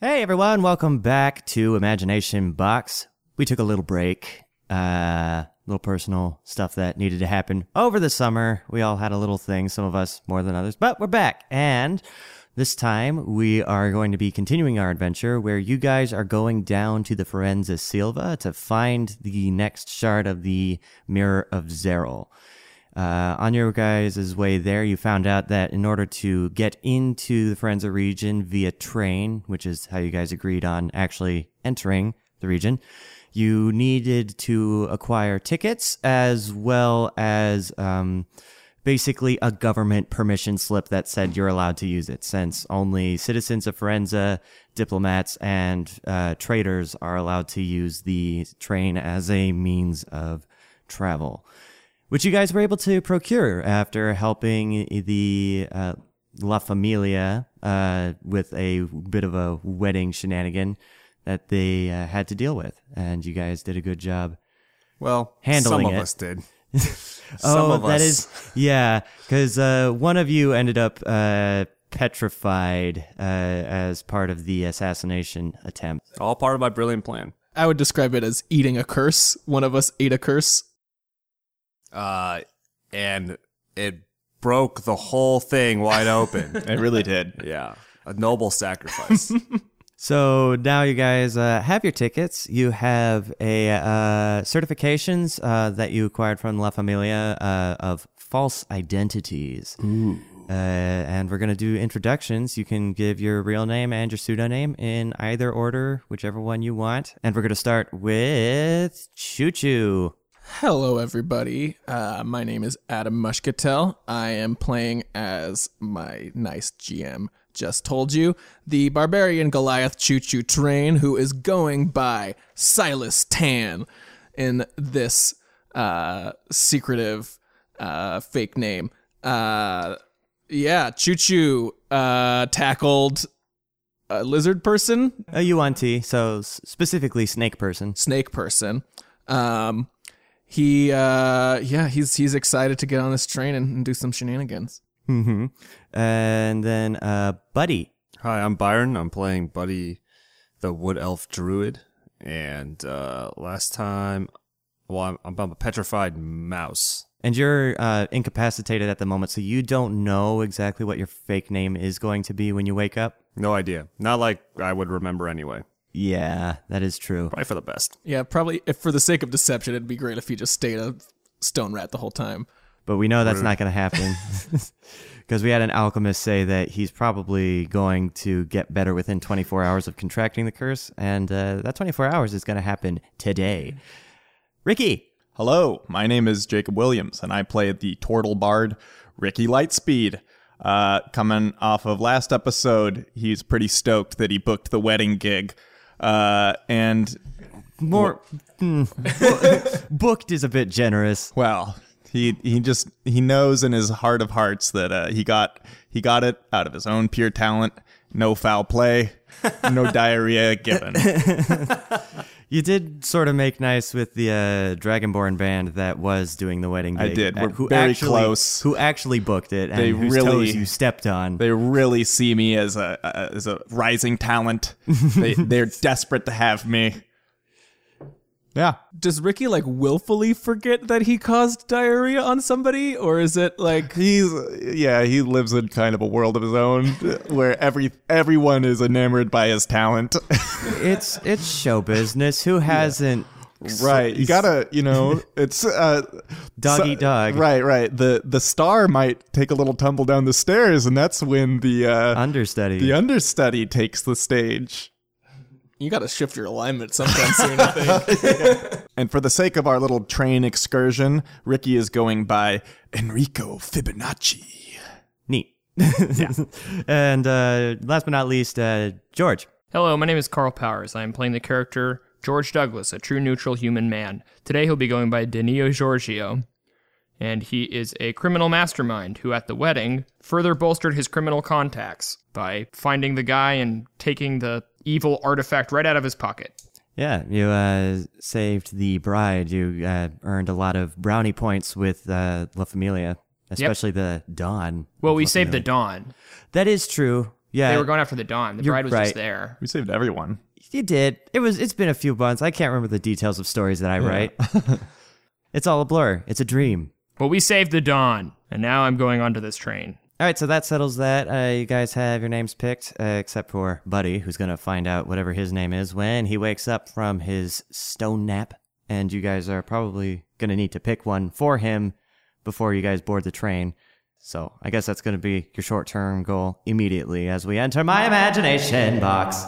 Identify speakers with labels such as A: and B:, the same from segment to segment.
A: Hey everyone, welcome back to Imagination Box. We took a little break, uh, little personal stuff that needed to happen over the summer. We all had a little thing, some of us more than others, but we're back. And this time we are going to be continuing our adventure where you guys are going down to the Forenza Silva to find the next shard of the Mirror of Zeril. Uh, on your guys' way there, you found out that in order to get into the Forenza region via train, which is how you guys agreed on actually entering the region, you needed to acquire tickets as well as um, basically a government permission slip that said you're allowed to use it, since only citizens of Forenza, diplomats, and uh, traders are allowed to use the train as a means of travel which you guys were able to procure after helping the uh, La Familia uh, with a bit of a wedding shenanigan that they uh, had to deal with. And you guys did a good job.
B: Well,
A: Handling
B: some of
A: it.
B: us did.
A: oh,
B: Some
A: that
B: of
A: is
B: us.
A: yeah, because uh, one of you ended up uh, petrified uh, as part of the assassination attempt.
B: All part of my brilliant plan.
C: I would describe it as eating a curse. One of us ate a curse.
B: Uh, and it broke the whole thing wide open.
D: It really did.
B: yeah, a noble sacrifice.
A: So now you guys uh, have your tickets. You have a uh, certifications uh, that you acquired from La Familia uh, of false identities. Uh, and we're going to do introductions. You can give your real name and your pseudonym in either order, whichever one you want. And we're going to start with Choo Choo.
C: Hello, everybody. Uh, my name is Adam Mushkatel. I am playing as my nice GM just told you, the barbarian Goliath Choo Choo Train, who is going by Silas Tan in this uh, secretive uh, fake name. Uh, yeah, Choo Choo uh, tackled a lizard person
A: A UNT, so s- specifically Snake Person.
C: snake person. Um, he, uh, yeah, he's he's excited to get on this train and, and do some shenanigans.
A: hmm And then uh, Buddy.
B: Hi, I'm Byron. I'm playing Buddy, the Wood Elf Druid. And uh, last time, well, I'm, I'm a petrified mouse.
A: And you're uh, incapacitated at the moment, so you don't know exactly what your fake name is going to be when you wake up.
B: No idea. Not like I would remember anyway.
A: Yeah, that is true.
B: Probably for the best.
C: Yeah, probably if for the sake of deception, it'd be great if he just stayed a stone rat the whole time.
A: But we know that's not going to happen. Because we had an alchemist say that he's probably going to get better within 24 hours of contracting the curse, and uh, that 24 hours is going to happen today. Ricky!
D: Hello, my name is Jacob Williams, and I play the Tortle Bard Ricky Lightspeed. Uh, coming off of last episode, he's pretty stoked that he booked the wedding gig. Uh, and,
A: More. Mm. booked is a bit generous.
D: well, he, he just he knows in his heart of hearts that uh, he got he got it out of his own pure talent, no foul play, no diarrhea given.
A: You did sort of make nice with the uh, Dragonborn band that was doing the wedding.
D: I
A: gig,
D: did.
A: uh,
D: We're very
A: actually,
D: close.
A: Who actually booked it? And
D: They
A: whose
D: really-
A: toes you stepped on.
D: They really see me as a, a as a rising talent. they they're desperate to have me. Yeah.
C: Does Ricky like willfully forget that he caused diarrhea on somebody, or is it like
D: He's yeah, he lives in kind of a world of his own where every everyone is enamored by his talent.
A: it's it's show business. Who hasn't?
D: right. You got to, you know, it's uh
A: Dog eat dog.
D: Right, right. The the star might take a little tumble down the stairs and that's when the uh
A: understudy.
D: the understudy takes the stage.
C: you got to shift your alignment sometime soon? I think.
D: And for the sake of our little train excursion, Ricky is going by Enrico Fibonacci.
A: Neat. and uh, last but not least, uh, George.
E: Hello, my name is Carl Powers. I am playing the character George Douglas, a true neutral human man. Today he'll be going by Danilo Giorgio, and he is a criminal mastermind who, at the wedding, further bolstered his criminal contacts by finding the guy and taking the evil artifact right out of his pocket.
A: Yeah, you uh, saved the bride. You uh, earned a lot of brownie points with uh, La Familia, especially the Dawn.
E: Well, we saved the Dawn.
A: That is true. Yeah,
E: They were going after the dawn. The
A: You're
E: bride was
A: right.
E: just there.
D: We saved everyone.
A: you did. It was. It's been a few months. I can't remember the details of stories that I write. it's all a blur. It's a dream.
E: But we saved the dawn, and now I'm going onto this train.
A: All right, so that settles that. Uh, you guys have your names picked, uh, except for Buddy, who's going to find out whatever his name is when he wakes up from his stone nap. And you guys are probably going to need to pick one for him before you guys board the train. So I guess that's going to be your short term goal immediately as we enter my imagination box.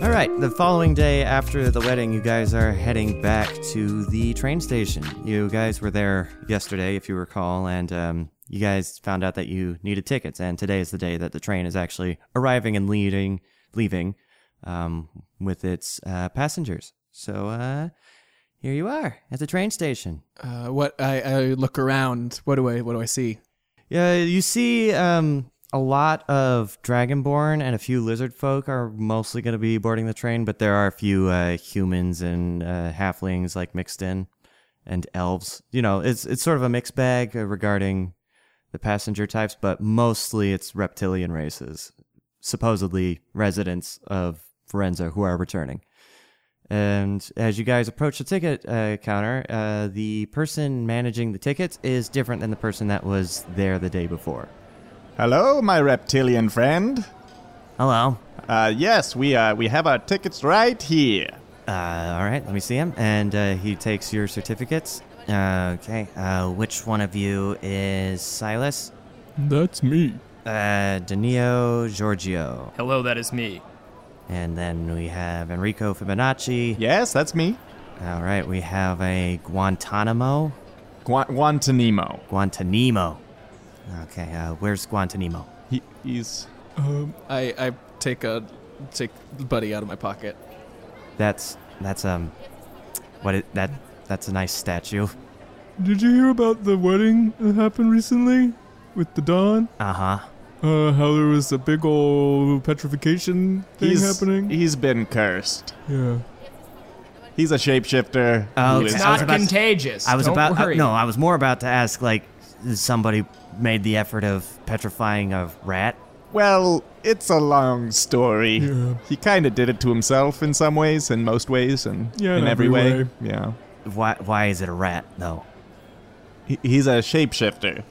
A: All right, the following day after the wedding, you guys are heading back to the train station. You guys were there yesterday, if you recall, and um, you guys found out that you needed tickets. And today is the day that the train is actually arriving and leading, leaving um, with its uh, passengers. So uh, here you are at the train station.
C: Uh, what I, I look around. What do I what do I see?
A: Yeah, you see um, a lot of Dragonborn and a few lizard folk are mostly going to be boarding the train, but there are a few uh, humans and uh, halflings like mixed in, and elves. You know, it's it's sort of a mixed bag uh, regarding the passenger types, but mostly it's reptilian races, supposedly residents of Forenza who are returning. And as you guys approach the ticket uh, counter, uh, the person managing the tickets is different than the person that was there the day before.
D: Hello, my reptilian friend.
A: Hello.
D: Uh, yes, we uh, we have our tickets right here.
A: Uh, all right, let me see him. And uh, he takes your certificates. Uh, okay. Uh, which one of you is Silas?
C: That's me.
A: Uh, Danilo Giorgio.
E: Hello, that is me.
A: And then we have Enrico Fibonacci.
D: Yes, that's me,
A: All right, we have a Guantanamo.
D: Gua- Guantanamo.
A: Guantanamo. Okay, uh, where's Guantanamo?
D: He, he's
C: Um, I I take a take Buddy out of my pocket.
A: That's that's um, what it, that that's a nice statue.
F: Did you hear about the wedding that happened recently with the Don?
A: Uh huh.
F: Uh, how there was a big old petrification thing
D: he's
F: happening?
D: He's been cursed.
F: yeah.
D: He's a shapeshifter.
A: Oh,
D: He
A: it's
D: was
E: It's
A: I was
E: not
A: about to-
E: contagious.
A: I was
E: Don't
A: about uh,
E: worry.
A: no, I was more about to ask like somebody made the effort of petrifying a rat.
D: Well, it's a long story.
F: Yeah.
D: He kind of did it to himself in some ways, in most ways, and
F: Yeah,
D: in,
F: in
D: every,
F: every
D: way.
F: way.
D: Yeah.
A: Why why is it a rat though?
D: He, he's a shapeshifter.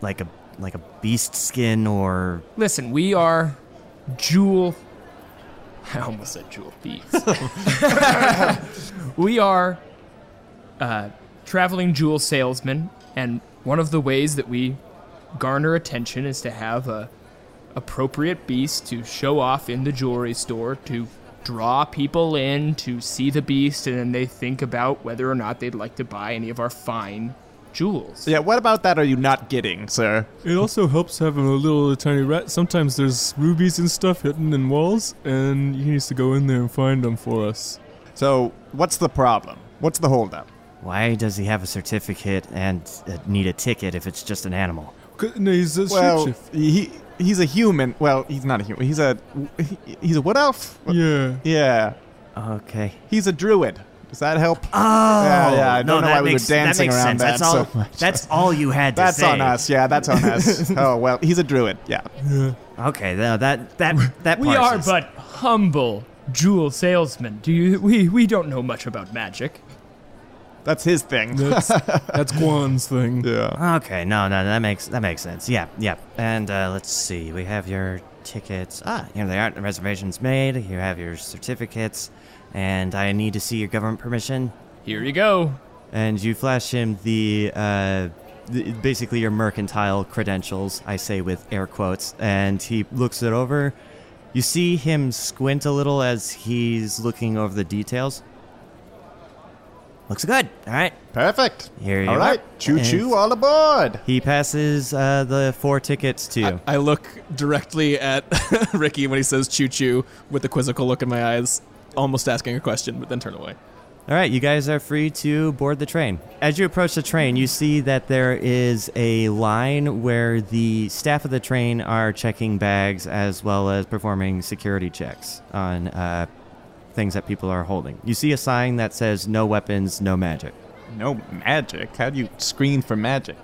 A: Like a like a beast skin or
E: Listen, we are jewel. I almost said jewel thieves. we are uh, traveling jewel salesmen, and one of the ways that we garner attention is to have a appropriate beast to show off in the jewelry store to draw people in to see the beast, and then they think about whether or not they'd like to buy any of our fine jewels.
D: Yeah, what about that are you not getting, sir?
F: It also helps having a little tiny rat. Sometimes there's rubies and stuff hidden in walls, and he needs to go in there and find them for us.
D: So, what's the problem? What's the holdup?
A: why does he have a certificate and uh, need a ticket if it's just an animal?
F: 'Cause- No, he's a
D: Well,
F: shapeshift.
D: he he's a human. Well, he's not a human. He's a he, he's a wood elf.
F: Yeah.
D: Yeah.
A: Okay.
D: He's a druid. Does that help?
A: Oh
D: Yeah, yeah, I don't
A: no,
D: know
A: that
D: why we were
A: makes, that
D: dancing
A: makes
D: around
A: sense.
D: that
A: that's all,
D: so much.
A: That's all you had to
D: that's
A: say.
D: on us. Yeah, that's on us. oh well, he's a druid. Yeah.
A: Okay, no, that that that
E: We are
A: parses.
E: but humble jewel salesmen. Do you? We we don't know much about magic.
D: That's his thing.
F: That's, that's Guan's thing.
D: yeah.
A: Okay, no, no, that makes that makes sense. Yeah, yeah. And uh, let's see, we have your tickets. Ah, here they are. The reservations made. You have your certificates, and I need to see your government permission.
E: Here you go.
A: And you flash him the, uh, th basically your mercantile credentials. I say with air quotes, and he looks it over. You see him squint a little as he's looking over the details. Looks good. All right.
D: Perfect.
A: Here you
D: All
A: are.
D: right. Choo
A: Yes.
D: choo all aboard.
A: He passes uh, the four tickets to you.
C: I look directly at Ricky when he says choo choo with a quizzical look in my eyes, almost asking a question, but then turn away.
A: All right, you guys are free to board the train. As you approach the train, you see that there is a line where the staff of the train are checking bags as well as performing security checks on uh, things that people are holding. You see a sign that says "No weapons, no magic."
D: No magic. How do you screen for magic?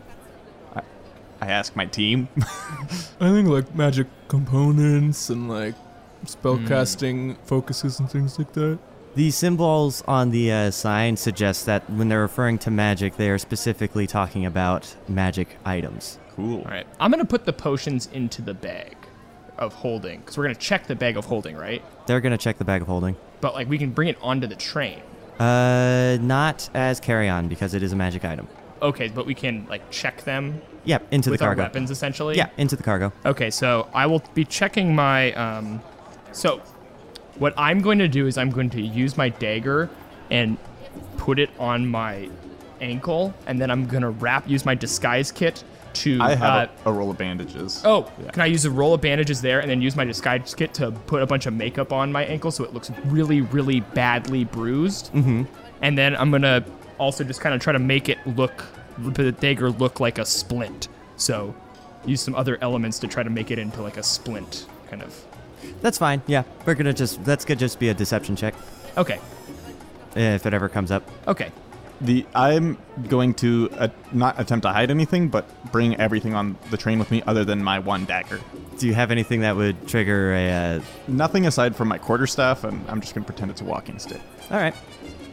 D: I, I ask my team.
F: I think like magic components and like
D: Hmm.
F: spellcasting focuses and things like that.
A: The symbols on the uh, sign suggest that when they're referring to magic, they are specifically talking about magic items.
D: cool.
E: All right. I'm going to put the potions into the bag of holding because we're going to check the bag of holding, right?
A: They're gonna check the bag of holding.
E: But like we can bring it onto the train.
A: Uh, not as carry-on because it is a magic item.
E: Okay, but we can like check them
A: Yep, into
E: with
A: the
E: our
A: cargo.
E: weapons essentially.
A: Yeah, into the cargo.
E: Okay, so I will be checking my. Um, so, what I'm going to do is I'm going to use my dagger and put it on my ankle, and then I'm going to wrap, use my disguise kit to.
D: I
E: uh,
D: have a, a roll of bandages.
E: Oh,
D: Yeah.
E: can I use a roll of bandages there and then use my disguise kit to put a bunch of makeup on my ankle so it looks really, really badly bruised? Mm-hmm. And then I'm gonna also just kind of try to make it look, the dagger look like a splint. So use some other elements to try to make it into like a splint kind of.
A: That's fine. Yeah, we're gonna just that's gonna just be a deception check
E: Okay,
A: if it ever comes up.
E: okay.
D: The I'm going to uh, not attempt to hide anything, but bring everything on the train with me, other than my one dagger.
A: Do you have anything that would trigger a? Uh,
D: Nothing aside from my quarterstaff, and I'm just going to pretend it's a walking stick.
A: all right.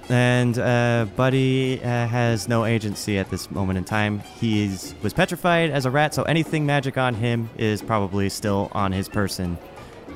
A: And uh, Buddy uh, has no agency at this moment in time. He's was petrified as a rat, so anything magic on him is probably still on his person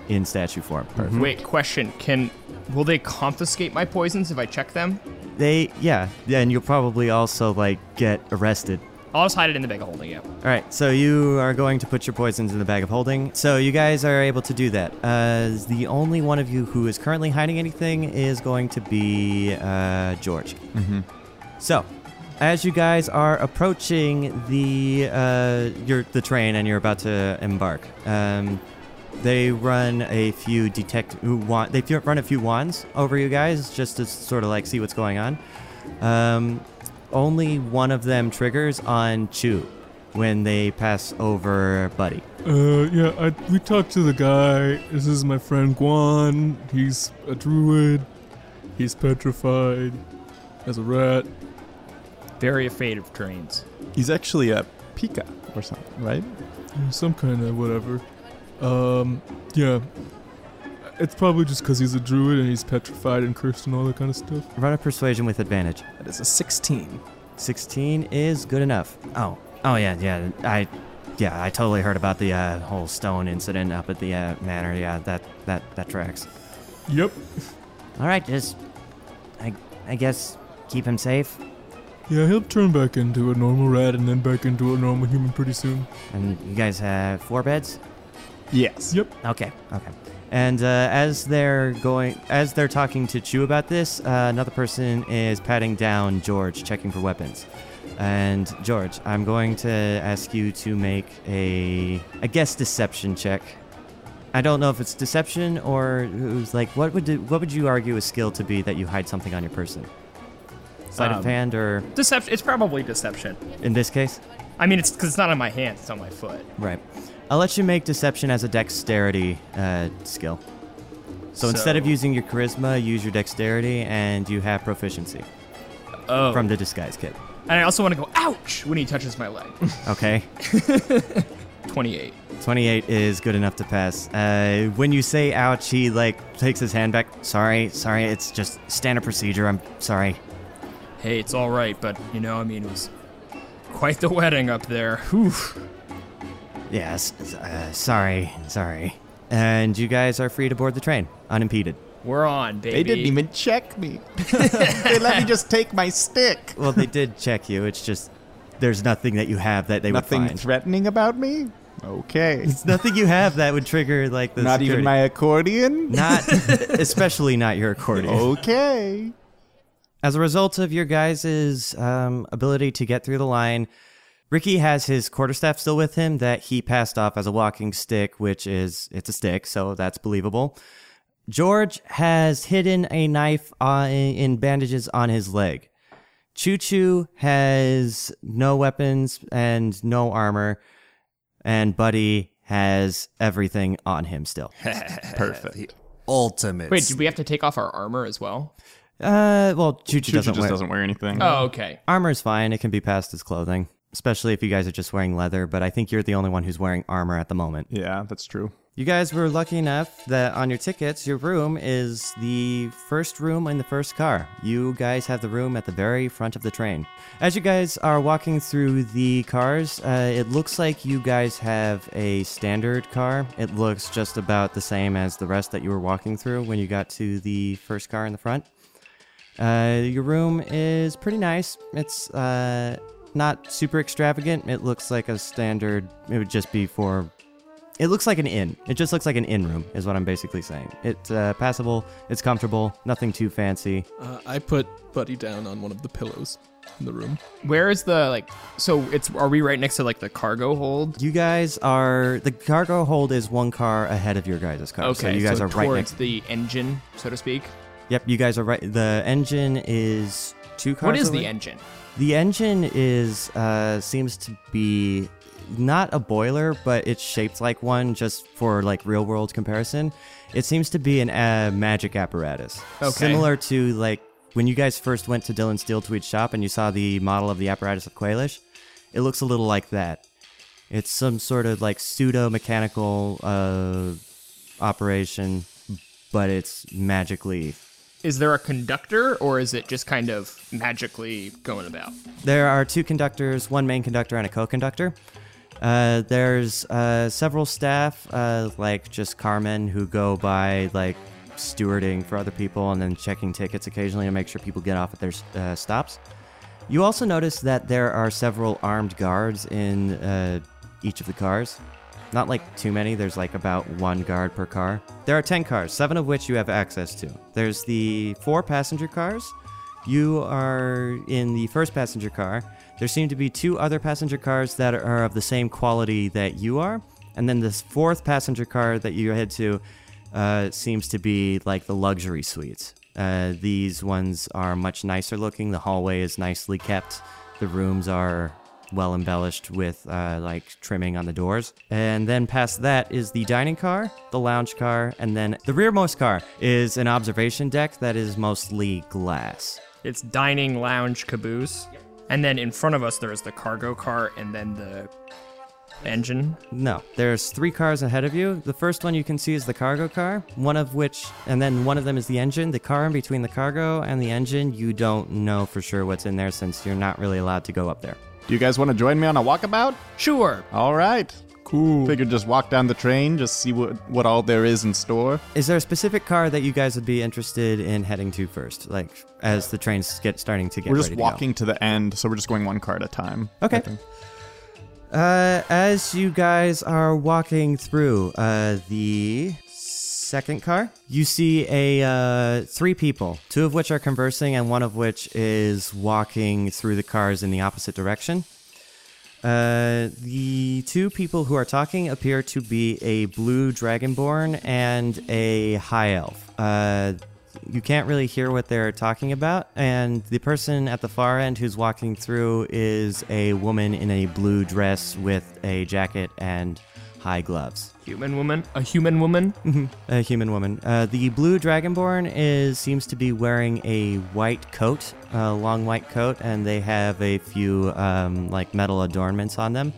A: in statue form.
E: Wait, question. Can. Will they confiscate my poisons if I check them?
A: They, yeah, yeah, and you'll probably also like get arrested.
E: I'll just hide it in the bag of holding, yeah.
A: All right, so you are going to put your poisons in the bag of holding. So you guys are able to do that. Uh, the only one of you who is currently hiding anything is going to be uh, George. Mm-hmm. So, as you guys are approaching the uh, your the train and you're about to embark, um, they run a few detect who want they run a few wands over you guys just to sort of like see what's going on. Um, only one of them triggers on Chew when they pass over Buddy.
F: Uh, yeah, I, we talked to the guy. This is my friend Guan. He's a druid. He's petrified as a rat.
E: Very afraid of trains.
D: He's actually a pika or something, right?
F: Some kind of whatever. Um, yeah. It's probably just because he's a druid and he's petrified and cursed and all that kind of stuff.
A: Run a persuasion with advantage.
C: That is a 16.
A: 16 is good enough. Oh, oh yeah, yeah. I, yeah, I totally heard about the uh, whole stone incident up at the uh, manor. Yeah, that that that tracks.
F: Yep.
A: All right, just, I, I guess keep him safe,
F: Yeah, he'll turn back into a normal rat and then back into a normal human pretty soon.
A: and you guys have four beds.
D: Yes.
F: Yep.
A: Okay, okay. And uh, as they're going, as they're talking to Chew about this, uh, another person is patting down George, checking for weapons. And George, I'm going to ask you to make a, I guess, deception check. I don't know if it's deception or it was like what would what would you argue a skill to be that you hide something on your person? Sleight
E: Um,
A: of hand, or
E: Deception. It's probably deception.
A: in this case,
E: I mean, it's because it's not on my hand, it's on my foot.
A: Right. I'll let you make deception as a dexterity uh, skill. So, instead of
E: So-
A: using your charisma, use your dexterity, and you have proficiency
E: Oh.
A: from the disguise kit.
E: And I also want to go, ouch, when he touches my leg.
A: Okay.
E: 28.
A: 28 is good enough to pass. Uh, when you say ouch, he like takes his hand back. Sorry, sorry, it's just standard procedure. I'm sorry.
E: Hey, it's all right, but, you know, I mean, it was quite the wedding up there. Whew.
A: Yes, uh, sorry, sorry. And you guys are free to board the train unimpeded.
E: We're on, baby.
D: They didn't even check me. they let me just take my stick.
A: Well, they did check you. It's just there's nothing that you have that they
D: Nothing
A: would find.
D: threatening about me. Okay.
A: It's nothing you have that would trigger like the
D: Not even
A: security.
D: my accordion. Oh.
A: not especially not your accordion.
D: Okay.
A: As a result of your guys' um, ability to get through the line, Ricky has his quarterstaff still with him that he passed off as a walking stick, which is it's a stick, so that's believable. George has hidden a knife uh, in bandages on his leg. Choo Choo has no weapons and no armor, and Buddy has everything on him still.
D: Perfect.
B: Ultimate.
E: Wait, did we have to take off our armor as well?
A: Uh, well, Choo Choo
D: Choo
A: doesn't
D: just
A: wear
D: doesn't wear anything.
E: Oh, okay.
A: Armor's fine. It can be passed as clothing, especially if you guys are just wearing leather, but I think you're the only one who's wearing armor at the moment.
D: Yeah, that's true.
A: You guys were lucky enough that on your tickets, your room is the first room in the first car. You guys have the room at the very front of the train. As you guys are walking through the cars, uh, it looks like you guys have a standard car. It looks just about the same as the rest that you were walking through when you got to the first car in the front. Uh, your room is pretty nice. It's uh, not super extravagant. It looks like a standard. It would just be for. It looks like an inn. It just looks like an inn room, is what I'm basically saying. It's uh, passable. It's comfortable. Nothing too fancy.
C: Uh, I put Buddy down on one of the pillows in the room.
E: Where is the like? So it's are we right next to like the cargo hold?
A: You guys are the cargo hold is one car ahead of your guys' car.
E: Okay,
A: so you guys are right
E: towards
A: next.
E: the engine, so to speak.
A: Yep, you guys are right. The engine is two cars.
E: What is
A: away.
E: the engine?
A: The engine is uh, seems to be not a boiler, but it's shaped like one just for like real world comparison. It seems to be an uh, magic apparatus,
E: Okay.
A: similar to like when you guys first went to Dylan Steel Tweed shop and you saw the model of the apparatus of Quailish. It looks a little like that. It's some sort of like pseudo mechanical uh, operation, but it's magically
E: Is there a conductor, or is it just kind of magically going about?
A: There are two conductors, one main conductor and a co-conductor. Uh, there's uh, several staff, uh, like just Carmen, who go by like stewarding for other people and then checking tickets occasionally to make sure people get off at their uh, stops. You also notice that there are several armed guards in uh, each of the cars. Not like too many, there's like about one guard per car. There are 10 cars, seven of which you have access to. There's the four passenger cars. You are in the first passenger car. There seem to be two other passenger cars that are of the same quality that you are. And then this fourth passenger car that you head to uh, seems to be like the luxury suites. Uh, these ones are much nicer looking. The hallway is nicely kept. The rooms are well embellished with uh, like trimming on the doors. And then past that is the dining car, the lounge car, and then the rearmost car is an observation deck that is mostly glass.
E: It's dining lounge caboose, and then in front of us there is the cargo car, and then the engine.
A: No, there's three cars ahead of you. The first one you can see is the cargo car, one of which, and then one of them is the engine. The car in between the cargo and the engine, you don't know for sure what's in there since you're not really allowed to go up there.
D: Do you guys want to join me on a walkabout?
E: Sure.
D: All right.
F: Cool.
D: Figured just walk down the train, just see what what all there is in store.
A: Is there a specific car that you guys would be interested in heading to first? Like as the trains get starting to get
D: We're just
A: ready to go?
D: walking to the end, so we're just going one car at a time.
A: Okay. Uh, as you guys are walking through uh, the second car, you see a uh, three people, two of which are conversing and one of which is walking through the cars in the opposite direction. Uh, the two people who are talking appear to be a blue dragonborn and a high elf. Uh, you can't really hear what they're talking about, and the person at the far end who's walking through is a woman in a blue dress with a jacket and high gloves.
E: Human woman. A human woman.
A: A human woman. Uh, the blue dragonborn is seems to be wearing a white coat, a long white coat, and they have a few um, like metal adornments on them.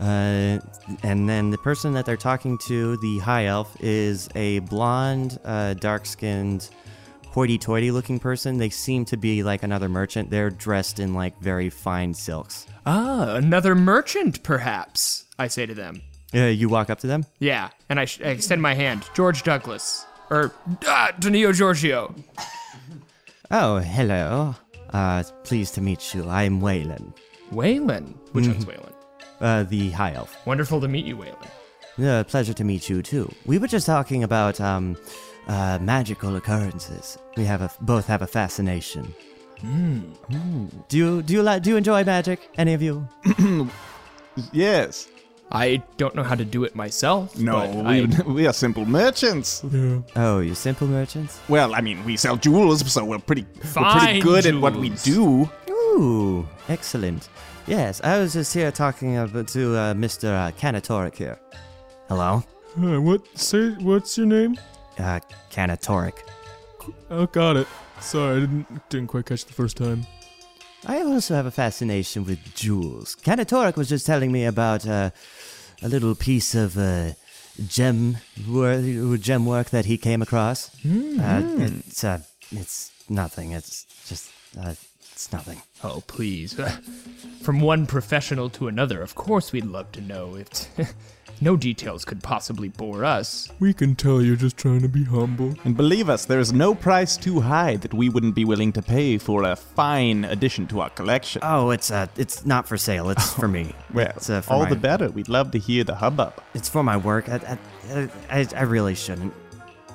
A: Uh, and then the person that they're talking to, the high elf, is a blonde, uh, dark-skinned, hoity-toity-looking person. They seem to be like another merchant. They're dressed in like very fine silks.
E: Ah, another merchant, perhaps. I say to them.
A: Uh, you walk up to them.
E: Yeah, and I, sh- I extend my hand. George Douglas. Or, ah, Danilo Giorgio.
A: Oh, hello. Uh, pleased to meet you. I'm Waylon,
E: Waylon. Which one's
D: Mm-hmm.
E: Waylon?
A: uh, the high elf.
E: Wonderful to meet you, Waylon.
A: Uh, pleasure to meet you too. We were just talking about um, uh, magical occurrences. We have a, both have a fascination. Hmm. Do you do you like do you enjoy magic? Any of you?
D: Yes.
E: I don't know how to do it myself.
D: No,
E: but
D: we,
E: I,
D: we are simple merchants.
F: Yeah.
A: Oh, you simple merchants.
D: Well, I mean, we sell jewels, so we're pretty, we're pretty
E: Fine
D: good at what we
E: jewels.
D: do.
A: Ooh, excellent. Yes, I was just here talking about to uh, Mr. Uh, Canatorik here. Hello,
F: Hi, what? Say, what's your name?
A: uh, Canatorik.
F: Oh, got it. Sorry, I didn't didn't quite catch the first time.
A: I also have a fascination with jewels. Canatorik was just telling me about uh, a little piece of uh, gem work, gem work that he came across.
D: Mm-hmm.
A: Uh, it's uh, it's nothing. It's just uh, it's nothing.
E: oh, please. From one professional to another, of course we'd love to know if. no details could possibly bore us.
F: We can tell you're just trying to be humble.
D: And believe us, there is no price too high that we wouldn't be willing to pay for a fine addition to our collection.
A: Oh, it's uh, it's not for sale. It's for me.
D: well,
A: it's, uh, for
D: all
A: my,
D: the better. We'd love to hear the hubbub.
A: It's for my work. I, I, I, I really shouldn't.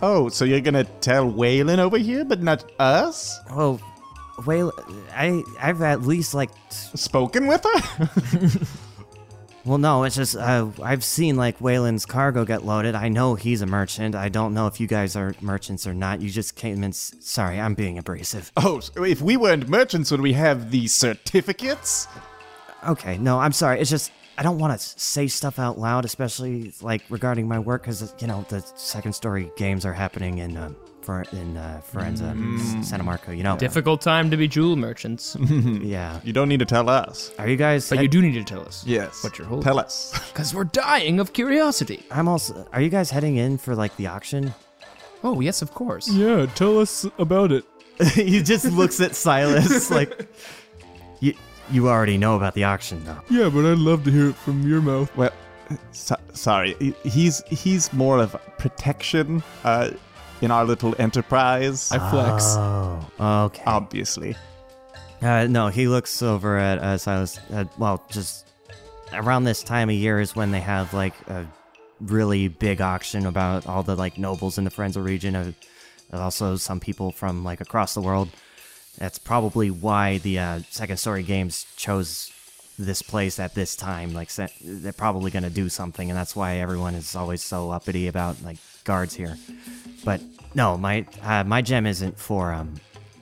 D: Oh, so you're gonna tell Waylon over here, but not us?
A: Well, well, I I've at least like
D: Spoken with her?
A: Well, no, it's just uh, I've seen like Waylon's cargo get loaded. I know he's a merchant. I don't know if you guys are merchants or not. You just came in. S- Sorry, I'm being abrasive.
D: oh, so if we weren't merchants, would we have these certificates?
A: Okay, no, I'm sorry. It's just I don't want to say stuff out loud, especially like regarding my work, because you know the second story games are happening in um, for in uh, Forenza, Santa Marco. You know,
E: Difficult time to be jewel merchants.
A: yeah.
D: You don't need to tell us.
A: Are you guys?
E: But you do need to tell us.
D: Yes.
E: What you're holding.
D: Tell us.
E: Because we're dying of curiosity.
A: I'm also. Are you guys heading in for like the auction?
E: Oh, yes, of course.
F: Yeah, tell us about it.
A: he just looks at Silas like you you already know about the auction though.
F: Yeah, but I'd love to hear it from your mouth.
D: Well, so, sorry. He- He's he's more of protection uh, in our little enterprise.
C: I flex.
A: Oh, okay.
D: Um, obviously.
A: Uh, no, he looks over at uh, Silas. Uh, well, just around this time of year is when they have like a really big auction about all the like nobles in the Forenza region, uh, and also some people from like across the world. That's probably why the uh, Second Story Games chose this place at this time. Like se- they're probably gonna do something, and that's why everyone is always so uppity about like guards here. But no, my uh, my gem isn't for um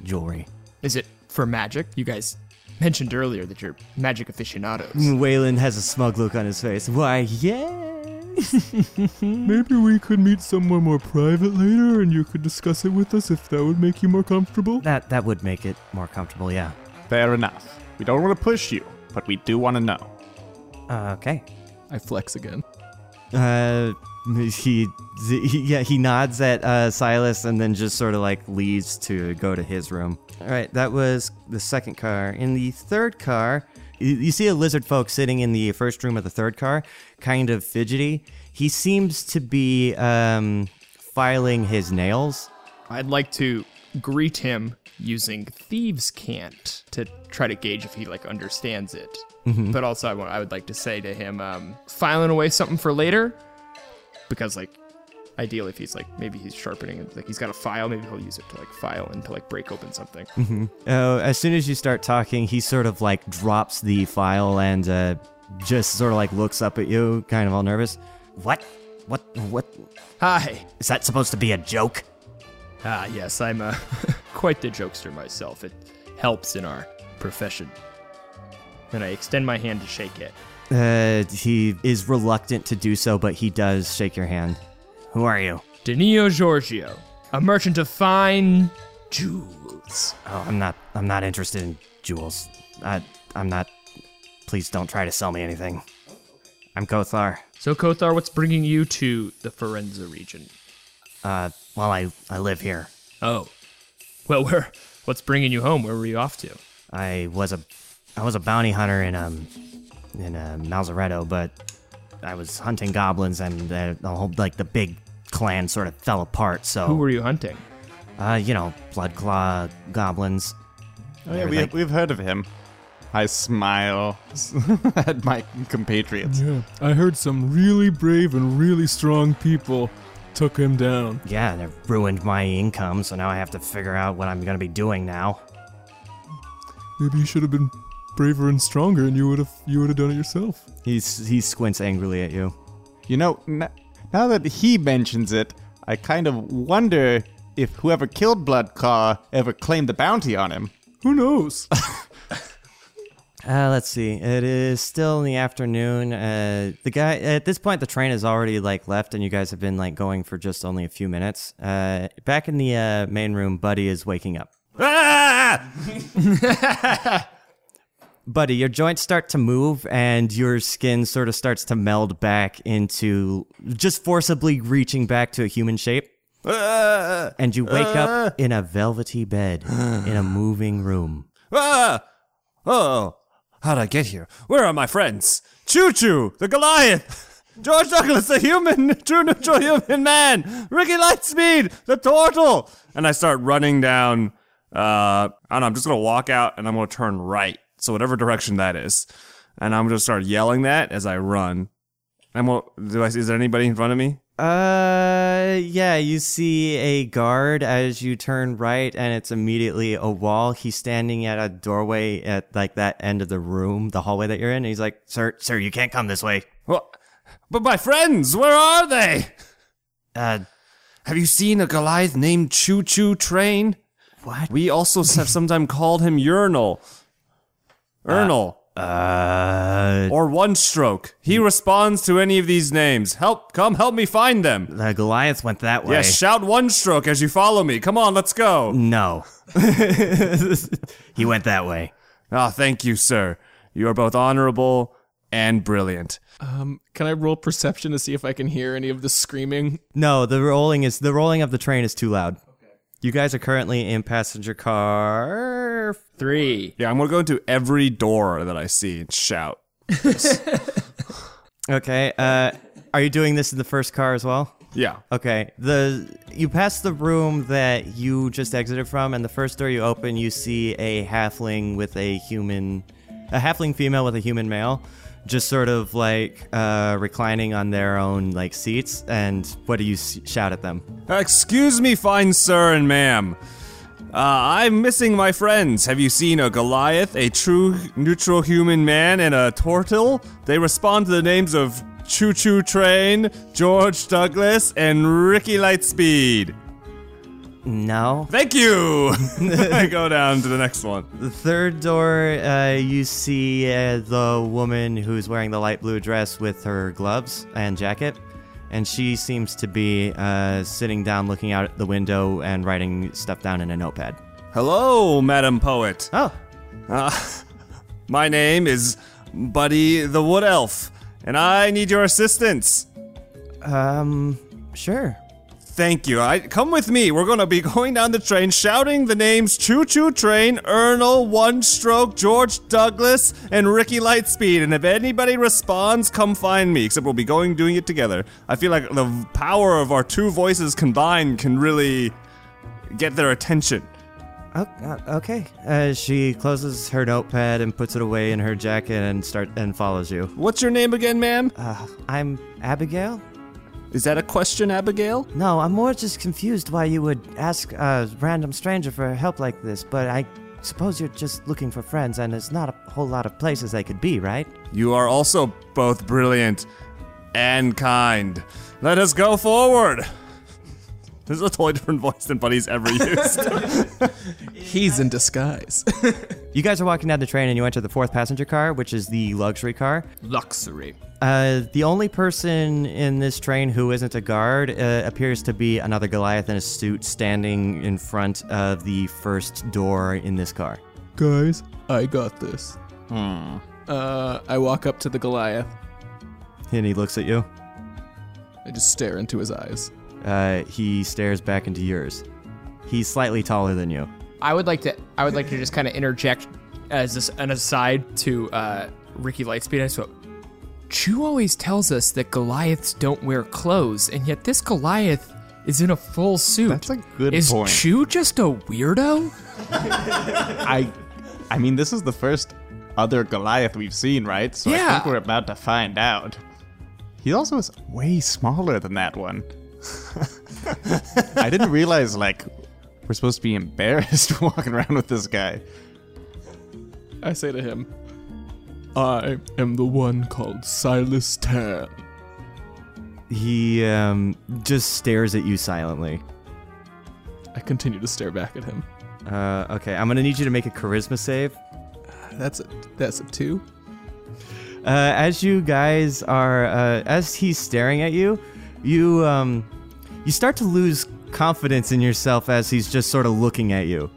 A: jewelry.
E: Is it for magic? You guys mentioned earlier that you're magic aficionados.
A: Waylon has a smug look on his face. Why, yeah.
F: Maybe we could meet somewhere more private later and you could discuss it with us if that would make you more comfortable.
A: That that would make it more comfortable, yeah.
D: Fair enough. We don't want to push you, but we do want to know.
A: Uh, okay.
C: I flex again.
A: Uh, he, he yeah he nods at uh, Silas and then just sort of like leaves to go to his room. All right, that was the second car. In the third car, you, you see a lizard folk sitting in the first room of the third car, kind of fidgety. He seems to be um filing his nails.
E: I'd like to greet him using thieves' cant to try to gauge if he like understands it. But also, I want I would like to say to him, um, filing away something for later, because like. Ideally, if he's like maybe he's sharpening, like he's got a file, maybe he'll use it to like file and to like break open something.
A: Oh, as soon as you start talking, he sort of like drops the file and uh, just sort of like looks up at you, kind of all nervous. What? What? What?
E: Hi,
A: Is that supposed to be a joke?
E: ah yes, I'm uh, quite the jokester myself. It helps in our profession. And I extend my hand to shake it.
A: Uh, he is reluctant to do so, but he does shake your hand. Who are you?
E: Danilo Giorgio, a merchant of fine jewels.
A: Oh, I'm not. I'm not interested in jewels. I, I'm not. Please don't try to sell me anything. I'm Kothar.
E: So, Kothar, what's bringing you to the Forenza region?
A: Uh, well, I I live here.
E: Oh, well, where? What's bringing you home? Where were you off to?
A: I was a I was a bounty hunter in um in uh, Malzaretto, but I was hunting goblins and uh, the whole like the big clan sort of fell apart. So
E: Who were you hunting?
A: uh you know Bloodclaw goblins.
D: Oh, yeah, we,
A: Everything.
D: we've heard of him. I smile at my compatriots.
F: Yeah, I heard some really brave and really strong people took him down.
A: Yeah, they ruined my income, so now I have to figure out what I'm gonna be doing now.
F: Maybe you should have been braver and stronger, and you would have you would have done it yourself.
A: He s- he squints angrily at you.
D: You know, n- now that he mentions it, I kind of wonder if whoever killed Bloodcar ever claimed the bounty on him.
F: Who knows?
A: Uh, let's see. It is still in the afternoon. Uh, the guy at this point, the train has already like left, and you guys have been like going for just only a few minutes. Uh, back in the uh, main room, Buddy is waking up. Buddy, your joints start to move, and your skin sort of starts to meld back into just forcibly reaching back to a human shape.
B: Ah!
A: And you wake up in a velvety bed in a moving room.
B: Ah! Oh, how'd I get here? Where are my friends? Choo Choo, the Goliath, George Douglas, the human, true neutral human man, Ricky Lightspeed, the turtle. And I start running down. Uh, I don't know. I'm just gonna walk out and I'm gonna turn right. So whatever direction that is, and I'm gonna start yelling that as I run. I'm. gonna- Do I? Is there anybody in front of me?
A: Uh, yeah, you see a guard as you turn right, and it's immediately a wall. He's standing at a doorway at like that end of the room, the hallway that you're in, and he's like, Sir, sir, you can't come this way.
B: Well, but my friends, where are they?
A: Uh,
B: Have you seen a Goliath named Choo Choo Train?
A: What?
B: We also have sometimes called him Urinal. Urnal.
A: uh,
B: or One Stroke. He responds to any of these names. Help, come help me find them.
A: the Goliath went that way.
B: Yes, shout One Stroke as you follow me. Come on, let's
A: Hmm.
B: go.
A: no. he went that way.
B: Ah, thank you, sir. You are both honorable and brilliant.
C: Um, can I roll perception to see if I can hear any of the screaming?
A: No, the rolling is the rolling of the train is too loud. You guys are currently in passenger car.
E: Three.
B: Yeah, I'm gonna go into every door that I see and shout.
A: Okay. Uh, are you doing this in the first car as well?
B: Yeah.
A: Okay. The you pass the room that you just exited from, and the first door you open, you see a halfling with a human, a halfling female with a human male, just sort of like uh, reclining on their own like seats. And what do you s- shout at them?
B: Excuse me, fine sir and ma'am. Uh, I'm missing my friends. Have you seen a Goliath, a true neutral human man, and a turtle? They respond to the names of Choo Choo Train, George Douglas, and Ricky Lightspeed.
A: No.
B: Thank you! I go down to the next one.
A: The third door, uh, you see uh, the woman who's wearing the light blue dress with her gloves and jacket. And she seems to be uh, sitting down, looking out at the window, and writing stuff down in a notepad.
B: Hello, Madam Poet.
A: Oh,
B: My name is Buddy the Wood Elf, and I need your assistance.
A: Um, sure.
B: Thank you. I come with me. We're gonna be going down the train, shouting the names Choo Choo Train, Ernal, One Stroke, George Douglas, and Ricky Lightspeed. And if anybody responds, come find me. Except we'll be going doing it together. I feel like the v- power of our two voices combined can really get their attention.
A: Oh, uh, okay. Uh, she closes her notepad and puts it away in her jacket and start and follows you.
B: What's your name again, ma'am?
A: Uh, I'm Abigail.
B: Is that a question, Abigail?
A: No, I'm more just confused why you would ask a random stranger for help like this. But I suppose you're just looking for friends, and there's not a whole lot of places they could be, right?
B: You are also both brilliant and kind. Let us go forward. This is a totally different voice than Buddy's ever used.
C: He's in disguise.
A: You guys are walking down the train, and you enter the fourth passenger car, which is the luxury car.
E: Luxury.
A: Uh, the only person in this train who isn't a guard uh, appears to be another Goliath in a suit standing in front of the first door in this car.
F: Guys, I got this.
C: uh, I walk up to the Goliath.
A: And he looks at you.
C: I just stare into his eyes.
A: Uh, he stares back into yours. He's slightly taller than you.
E: I would like to. I would like to just kind of interject as this, an aside to uh, Ricky Lightspeed. I so Chu always tells us that Goliaths don't wear clothes, and yet this Goliath is in a full suit.
D: That's a good
E: is
D: point.
E: Chu just a weirdo?
D: I, I mean, this is the first other Goliath we've seen, right? So I
E: Yeah.
D: think we're about to find out. He also is way smaller than that one. I didn't realize like we're supposed to be embarrassed walking around with this guy.
C: I say to him, I am the one called Silas Tan.
A: He um, just stares at you silently.
C: I continue to stare back at him.
A: Uh, okay, I'm gonna need you to make a charisma save.
C: That's a that's a two.
A: Uh, as you guys are, uh, as he's staring at you, you um, you start to lose confidence in yourself as he's just sort of looking at you.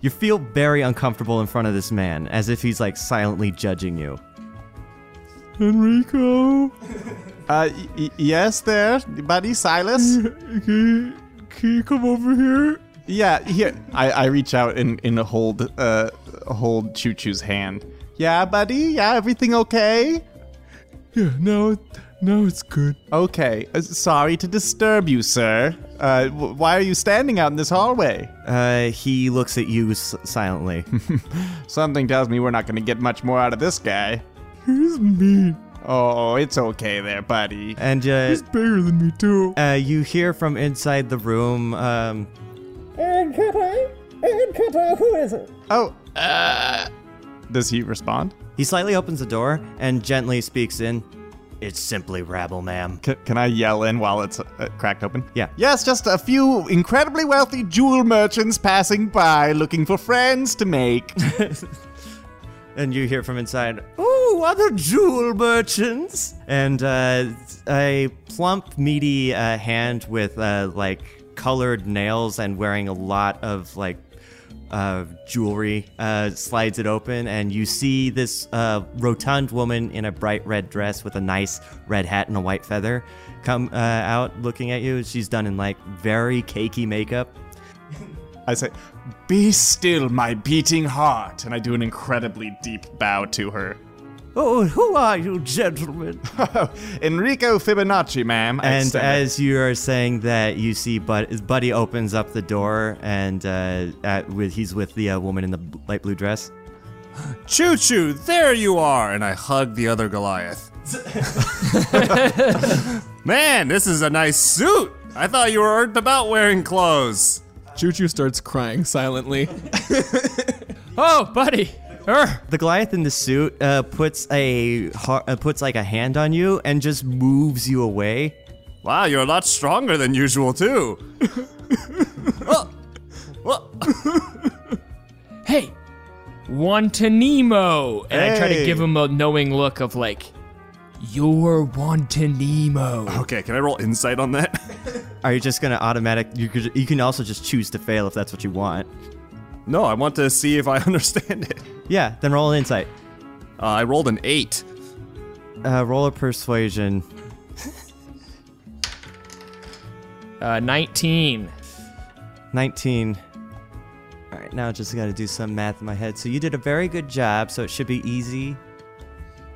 A: You feel very uncomfortable in front of this man, as if he's like silently judging you.
F: Enrico,
D: Uh, y- y- yes, there, buddy Silas.
F: can, can you come over here?
D: Yeah, here. I, I reach out and, and hold uh hold Choo Choo's hand. Yeah, buddy. Yeah, everything okay?
F: Yeah, now, now it's good.
D: Okay. Uh, sorry to disturb you, sir. Uh, w- why are you standing out in this hallway?
A: Uh, he looks at you s- silently.
D: Something tells me we're not going to get much more out of this guy.
F: He's mean.
D: Oh, it's okay there, buddy.
A: and uh,
F: He's bigger than me too.
A: uh, you hear from inside the room, um,
D: Oh, uh, does he respond?
A: he slightly opens the door and gently speaks in. It's simply rabble, ma'am.
D: C- can I yell in while it's uh, cracked open?
A: Yeah.
D: Yes, just a few incredibly wealthy jewel merchants passing by looking for friends to make.
A: And you hear from inside, "Ooh, other jewel merchants!" And uh, a plump, meaty uh, hand with uh, like colored nails and wearing a lot of like uh, jewelry uh, slides it open, and you see this uh, rotund woman in a bright red dress with a nice red hat and a white feather come uh, out, looking at you. She's done in like very cakey makeup.
D: I say, Be still, my beating heart. And I do an incredibly deep bow to her.
A: Oh, who are you, gentlemen?
D: Enrico Fibonacci, ma'am. I
A: And
D: extend it.
A: as you are saying that, you see Bud- Buddy opens up the door, and uh, at, with, he's with the uh, woman in the bl- light blue dress.
B: Choo choo, there you are! And I hug the other Goliath. Man, this is a nice suit! I thought you were urged about wearing clothes.
C: Choo Choo starts crying silently.
E: Oh, buddy. Er,
A: The Goliath in the suit uh, puts a har- uh, puts like a hand on you and just moves you away.
B: Wow, you're a lot stronger than usual, too. Oh, oh.
E: hey, Wantanimo. And I try to
D: Hey.
E: give him a knowing look of like, you're Wantanimo.
B: Okay, can I roll insight on that?
A: Are you just gonna automatic? You could, you can also just choose to fail if that's what you want.
B: No, I want to see if I understand it.
A: Yeah, then roll an insight.
B: Uh, I rolled an eight.
A: Uh, roll a persuasion.
E: Uh, 19.
A: 19. All right, now I just got to do some math in my head. So you did a very good job, so it should be easy.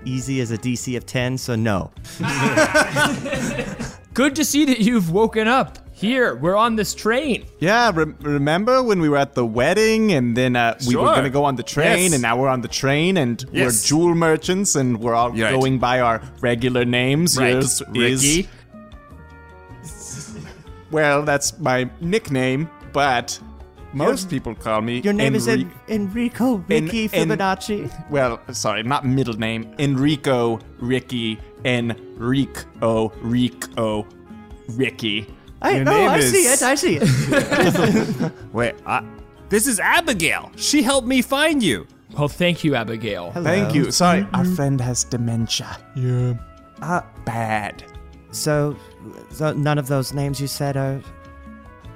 A: Easy as a DC of 10, so no.
E: Good to see that you've woken up. Here, we're on this train.
D: Yeah, re- remember when we were at the wedding and then uh, we were
B: Sure.
D: going to go on the train
B: Yes.
D: and now we're on the train and
B: Yes.
D: we're jewel merchants and we're all
B: Right.
D: going by our regular names. Yours is-
B: Ricky.
D: well, that's my nickname, but most people call me
A: Your name is
D: Enri-
A: en- Enrico Ricky
D: en-
A: Fibonacci.
D: Well, sorry, not middle name. Enrico Ricky Enrico Rico Ricky.
A: I,
D: Your
A: oh,
D: name
A: I see
D: is-
A: it. I see it.
B: Wait, I, this is Abigail. She helped me find you.
E: Well, thank you, Abigail.
D: Thank you. Sorry, our friend has dementia. Ah,
F: Yeah.
D: Bad.
A: So, so none of those names you said are.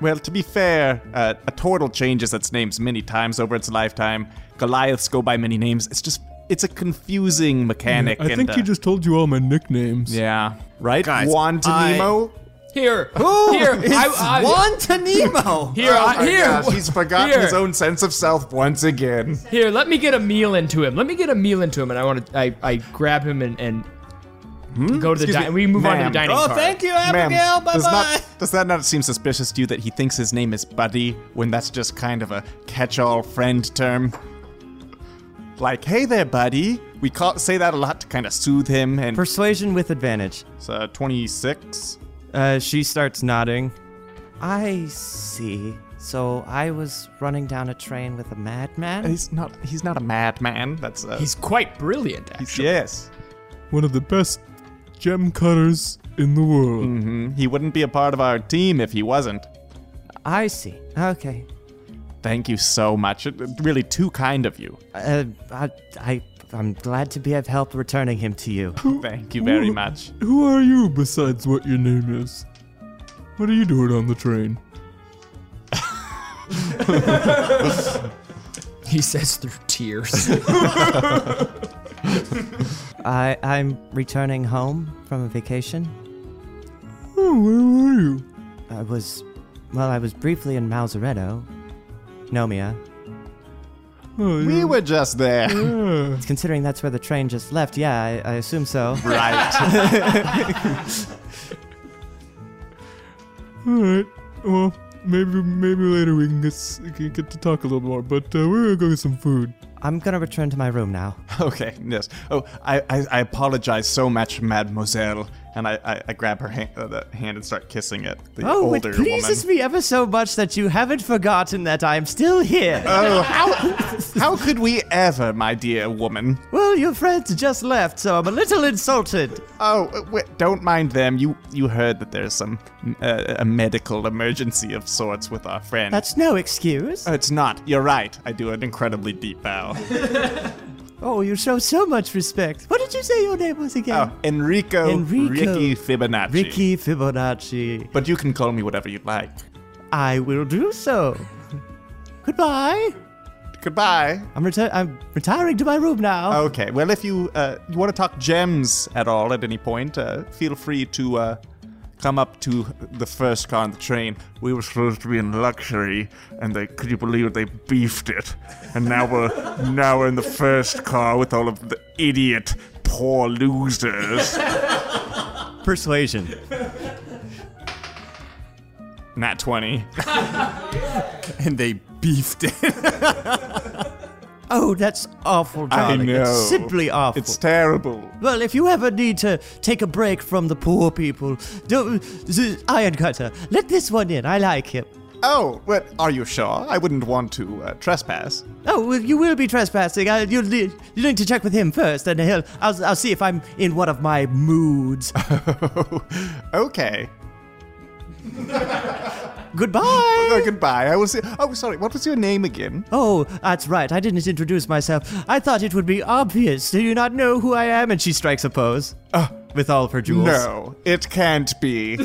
D: Well, to be fair, uh, a turtle changes its names many times over its lifetime. Goliaths go by many names. It's just, it's a confusing mechanic.
F: I
D: and,
F: think
D: uh,
F: he just told you all my nicknames.
D: Yeah. Right?
B: Guys,
D: Wantanimo?
E: Here, here, I, I,
D: Wantanimo!
E: Here,
D: oh
E: I-
D: my
E: here,
D: gosh, he's forgotten
E: here.
D: his own sense of self once again.
E: here. Let me get a meal into him. Let me get a meal into him, and I want to. I, I grab him and and go to the.
D: Hmm? Excuse
E: Di-
D: me,
E: we move on to
D: ma'am. Oh,
E: the dining car.
B: you,
D: Ma'am, does, not, does that not seem suspicious to you that he thinks his name is Buddy when that's just kind of a catch all friend term? Like, hey there, Buddy. We call, say that a lot to kind of soothe him. And
A: Persuasion with advantage.
D: it's, uh, 26.
A: Uh, she starts nodding. I see. So I was running down a train with a madman?
D: He's not. He's not a madman. That's a,
E: He's quite brilliant, actually.
D: yes.
F: One of the best gem cutters in the world.
D: He wouldn't be a part of our team if he wasn't.
A: I see. Okay.
D: Thank you so much. It- it Really, too kind of you.
A: Uh, I, I, I'm glad to be of help returning him to you.
D: Thank you very much.
F: Who are you besides what your name is? What are you doing on the train?
E: He says through tears.
A: I, I'm returning home from a vacation.
F: Oh, where were you?
A: I was, well, I was briefly in Mausoretto. Nomia.
F: Oh,
D: We
F: yeah.
D: were just there.
F: Yeah.
A: Considering that's where the train just left, yeah, I, I assume so.
D: right.
F: All right. Well, maybe maybe later we can get s- get get to talk a little more. But uh, we're gonna go get some food.
A: I'm gonna return to my room now.
D: Okay. Yes. Oh, I, I, I apologize so much, Mademoiselle. And I, I, I grab her hand, uh, the hand and start kissing it. The
A: Oh, it
D: older
A: pleases
D: woman.
A: me ever so much that you haven't forgotten that I'm still here.
D: Oh, how, how could we ever, my dear woman?
A: well, your friends just left, so I'm a little insulted.
D: Oh, uh, w- don't mind them. You you heard that there's some uh, a medical emergency of sorts with our friend.
A: That's no excuse.
D: Oh, it's not. You're right. I do an incredibly deep bow.
A: Oh, you show so much respect. What did you say your name was again?
D: Oh, Enrico,
A: Enrico.
D: Ricky Fibonacci.
A: Ricky Fibonacci.
D: But you can call me whatever you'd like.
A: I will do so. Goodbye.
D: Goodbye.
A: I'm reti- I'm retiring to my room now.
D: Okay. Well, if you uh, you want to talk gems at all at any point, uh, feel free to uh, come up to the first car on the train.
G: We were supposed to be in luxury, and they could you believe they beefed it? And now we're now we're in the first car with all of the idiot poor losers.
D: Oh,
A: Persuasion.
D: Nat twenty.
B: And they beefed it.
A: Oh, that's awful, darling.
D: know.
A: It's simply awful.
D: It's terrible.
A: well, if you ever need to take a break from the poor people, don't, z- Iron Cutter, let this one in. I like him.
D: Oh, well, are you sure? I wouldn't want to uh, trespass.
A: Oh, well, you will be trespassing. I, you'll need, you need to check with him first, and he'll. I'll, I'll see if I'm in one of my moods.
D: okay.
A: Goodbye.
D: Oh, goodbye. I will see. Oh, sorry. What was your name again?
A: Oh, that's right. I didn't introduce myself. I thought it would be obvious. Do you not know who I am? And she strikes a pose. with all of her jewels.
D: Uh, No, it can't be.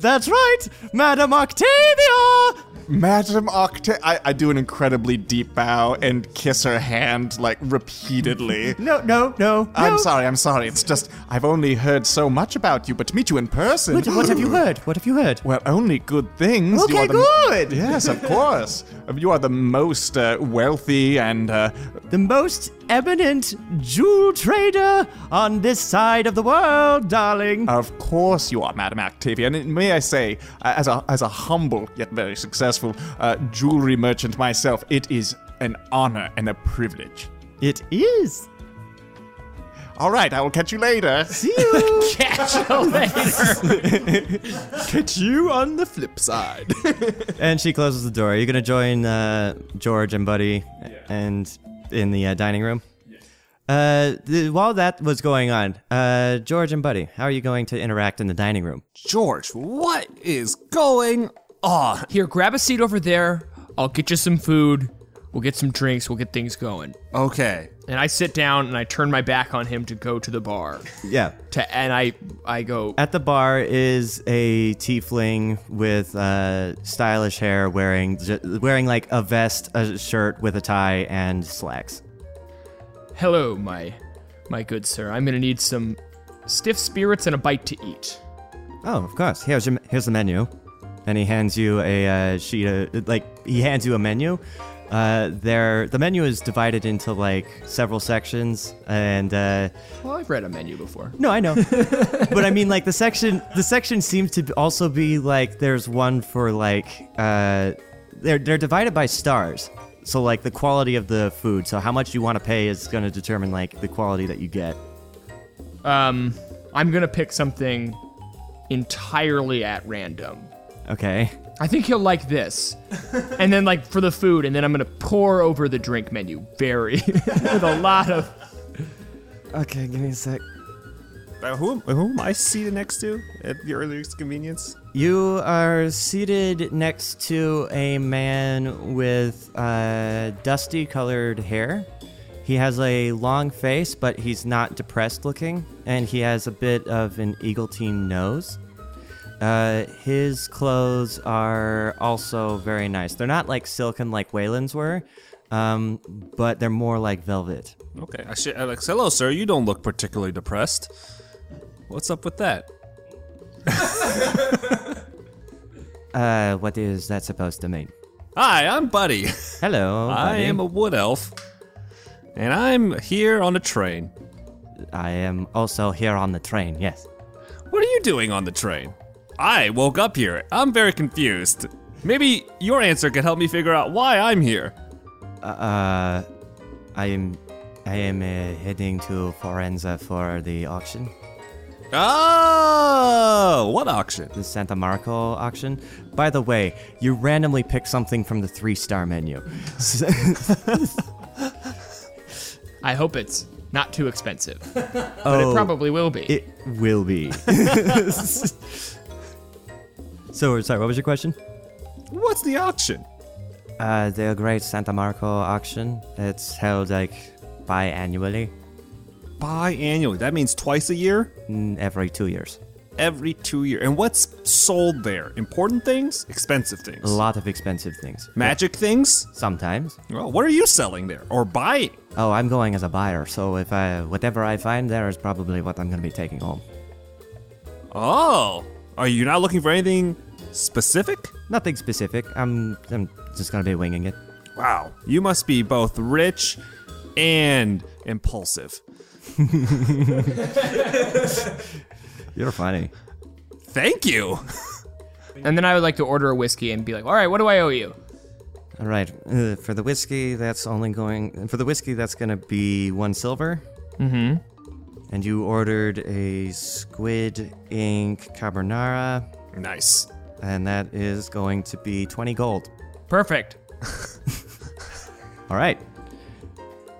A: That's right, Madame Octavia!
D: Madam Octa. I, I do an incredibly deep bow and kiss her hand, like, repeatedly.
A: No, no, no. no.
D: I'm sorry, I'm sorry. It's just, I've only heard so much about you, but to meet you in person.
A: What, what have you heard? What have you heard?
D: Well, only good things. You
A: Okay,
D: are the-
A: good.
D: Yes, of course. You are the most uh, wealthy and uh,
A: The most eminent jewel trader on this side of the world, darling.
D: Of course you are, Madame Octavia. And may I say, uh, as a, as a humble yet very successful uh, jewelry merchant myself, it is an honor and a privilege.
A: it is.
D: All right, I will catch you later.
A: See you.
E: Catch you later.
C: Catch you on the flip side.
A: and she closes the door. Are you going to join uh, George and Buddy and in the uh, dining room? Uh, th- while that was going on, uh, George and Buddy, how are you going to interact in the dining room?
B: George, what is going on?
E: Here, grab a seat over there. I'll get you some food. We'll get some drinks. We'll get things going.
B: Okay.
E: And I sit down and I turn my back on him to go to the bar.
A: Yeah.
E: To and I I go
A: At the bar is a tiefling with uh, stylish hair, wearing j- wearing like a vest, a shirt with a tie, and slacks.
E: Hello, my my good sir. I'm gonna need some stiff spirits and a bite to eat.
A: Oh, of course. Here's your, here's the menu, and he hands you a uh, sheet of like he hands you a menu. Uh, there, the menu is divided into like several sections, and uh,
E: Well, I've read a menu before.
A: no, I know, but I mean like the section the section seems to also be like there's one for like uh, they're they're divided by stars. So like the quality of the food, so how much you want to pay is going to determine like the quality that you get.
E: Um, I'm gonna pick something entirely at random.
A: Okay.
E: I think he'll like this. and then like for the food, and then I'm gonna pour over the drink menu very with a lot of
A: Okay, give me a sec.
D: Uh, who, who am I seated next to at the earliest convenience?
A: You are seated next to a man with uh, dusty colored hair. He has a long face, but he's not depressed looking, and he has a bit of an eagleteen nose. Uh, his clothes are also very nice. They're not like silken like Waylon's were, um, but they're more like velvet.
B: Okay. Actually, Alex, hello, sir. You don't look particularly depressed. What's up with that?
A: Uh, what is that supposed to mean?
B: Hi, I'm Buddy.
A: Hello.
B: I
A: buddy.
B: am a wood elf, and I'm here on a train.
A: I am also here on the train. Yes.
B: What are you doing on the train? I woke up here. I'm very confused. Maybe your answer could help me figure out why I'm here.
A: Uh, I am, I am uh, heading to Forenza for the auction,
B: Oh, what auction?
A: the Santa Marco auction. By the way, you randomly pick something from the three-star menu.
E: I hope it's not too expensive. But
A: oh,
E: it probably will be.
A: it will be. so sorry. What was your question?
B: What's the auction?
A: Uh, the Great Santa Marco auction. It's held like biannually,
B: Biannually. That means twice a year?
A: mm, every two years.
B: Every two years. And what's sold there? Important things? Expensive
A: A
B: things?
A: lot of expensive things.
B: Magic things?
A: Sometimes.
B: Well, what are you selling there? Or buying?
A: Oh, I'm going as a buyer, so if I whatever I find there is probably what I'm going to be taking home.
B: Oh, are you not looking for anything specific?
A: Nothing specific. I'm I'm just gonna be winging it.
B: Wow, you must be both rich and impulsive.
A: You're funny.
B: Thank you.
E: and then I would like to order a whiskey and be like, all right, what do I owe you?
A: All right. Uh, for the whiskey, that's only going for the whiskey. That's gonna be one silver. Mm-hmm. And you ordered a squid ink carbonara,
B: Nice.
A: and that is going to be twenty gold.
E: Perfect.
A: All right.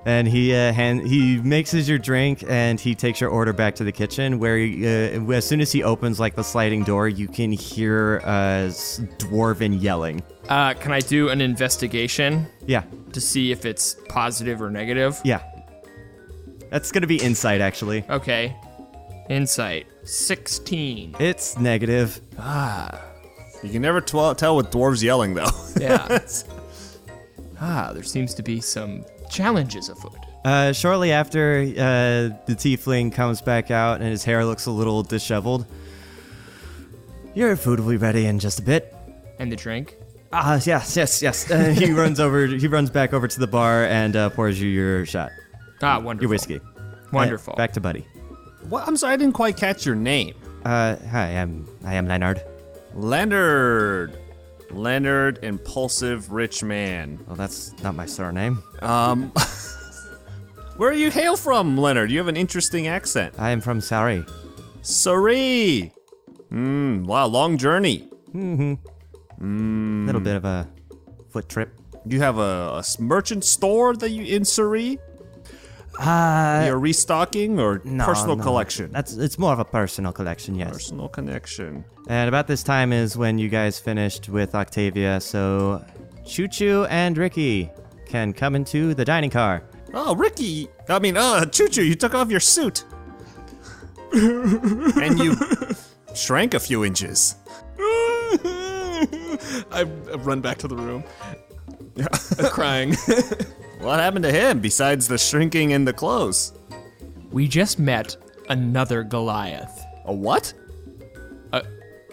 A: And he uh, hand, he mixes your drink and he takes your order back to the kitchen where uh, as soon as he opens like the sliding door, you can hear uh, s- dwarven yelling.
E: Uh, can I do an investigation
A: Yeah,
E: to see if it's positive or negative?
A: yeah. That's gonna be insight actually.
E: Okay. Insight. 16.
A: It's negative.
B: You can never tw- tell with dwarves yelling, though.
E: Yeah. ah, there seems to be some challenges afoot.
A: Uh, shortly after, uh, the tiefling comes back out and his hair looks a little disheveled. Your food will be ready in just a bit.
E: And the drink?
A: Ah, yes, yes, yes. Uh, he runs over. He runs back over to the bar and uh, pours you your shot,
E: Ah, wonderful.
A: your whiskey.
E: Wonderful.
A: Uh, back to Buddy.
B: what? I'm sorry, I didn't quite catch your name.
A: Uh, hi, I'm I am Leonard.
B: Leonard. Leonard, impulsive rich man.
A: Well, that's not my surname.
B: Um, where you hail from, Leonard? You have an interesting accent.
A: I am from Sari.
B: Surrey. Mmm, wow, long journey.
A: A little bit of a foot trip.
B: You have a, a s- merchant store that you in Surrey?
A: Uh,
B: You're restocking or
A: no,
B: personal
A: no.
B: collection?
A: That's it's more of a personal collection, yes.
B: personal connection.
A: And about this time is when you guys finished with Octavia, so Choo Choo and Ricky can come into the dining car.
B: Oh, Ricky! I mean, uh, Choo Choo, you took off your suit. and you shrank a few inches.
C: I run back to the room, crying.
B: What happened to him besides the shrinking and the clothes?
E: We just met another Goliath.
B: A what?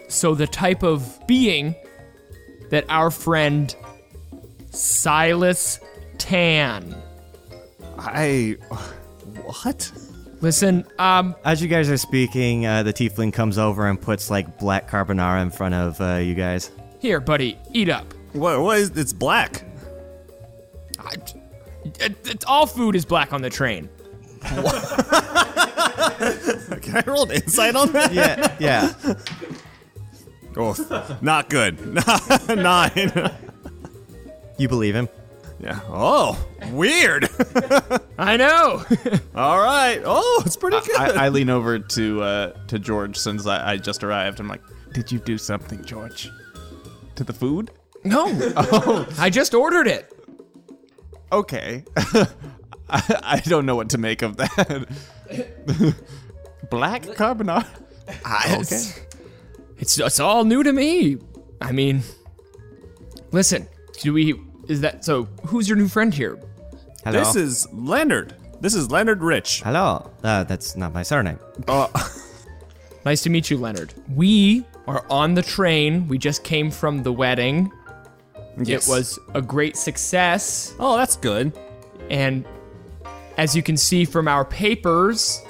E: So the type of being that our friend Silas Tan.
B: I. What?
E: Listen, um,
A: As you guys are speaking, uh, the tiefling comes over and puts like black carbonara in front of uh, you guys.
E: here, buddy, eat up.
B: What? What is? It's black.
E: I, it, it, all food is black on the train.
B: Can I roll an insight on that?
A: Yeah, yeah.
B: Oh, not good. Nine.
A: You believe him?
B: Yeah. Oh, weird.
E: I know.
B: All right. Oh, it's pretty good.
D: I, I lean over to uh, to George since I, I just arrived. I'm like, did you do something, George? To the food?
E: no. Oh, I just ordered it.
D: Okay. I, I don't know what to make of that. Black carbonara.
E: It's, it's it's all new to me. I mean, listen. Do we? Is that so? Who's your new friend here?
A: Hello.
B: this is Leonard. This is Leonard Rich.
A: Hello. Uh, that's not my surname.
E: Nice to meet you, Leonard. We are on the train. We just came from the wedding. It was a great success.
B: Oh, that's good.
E: And as you can see from our papers,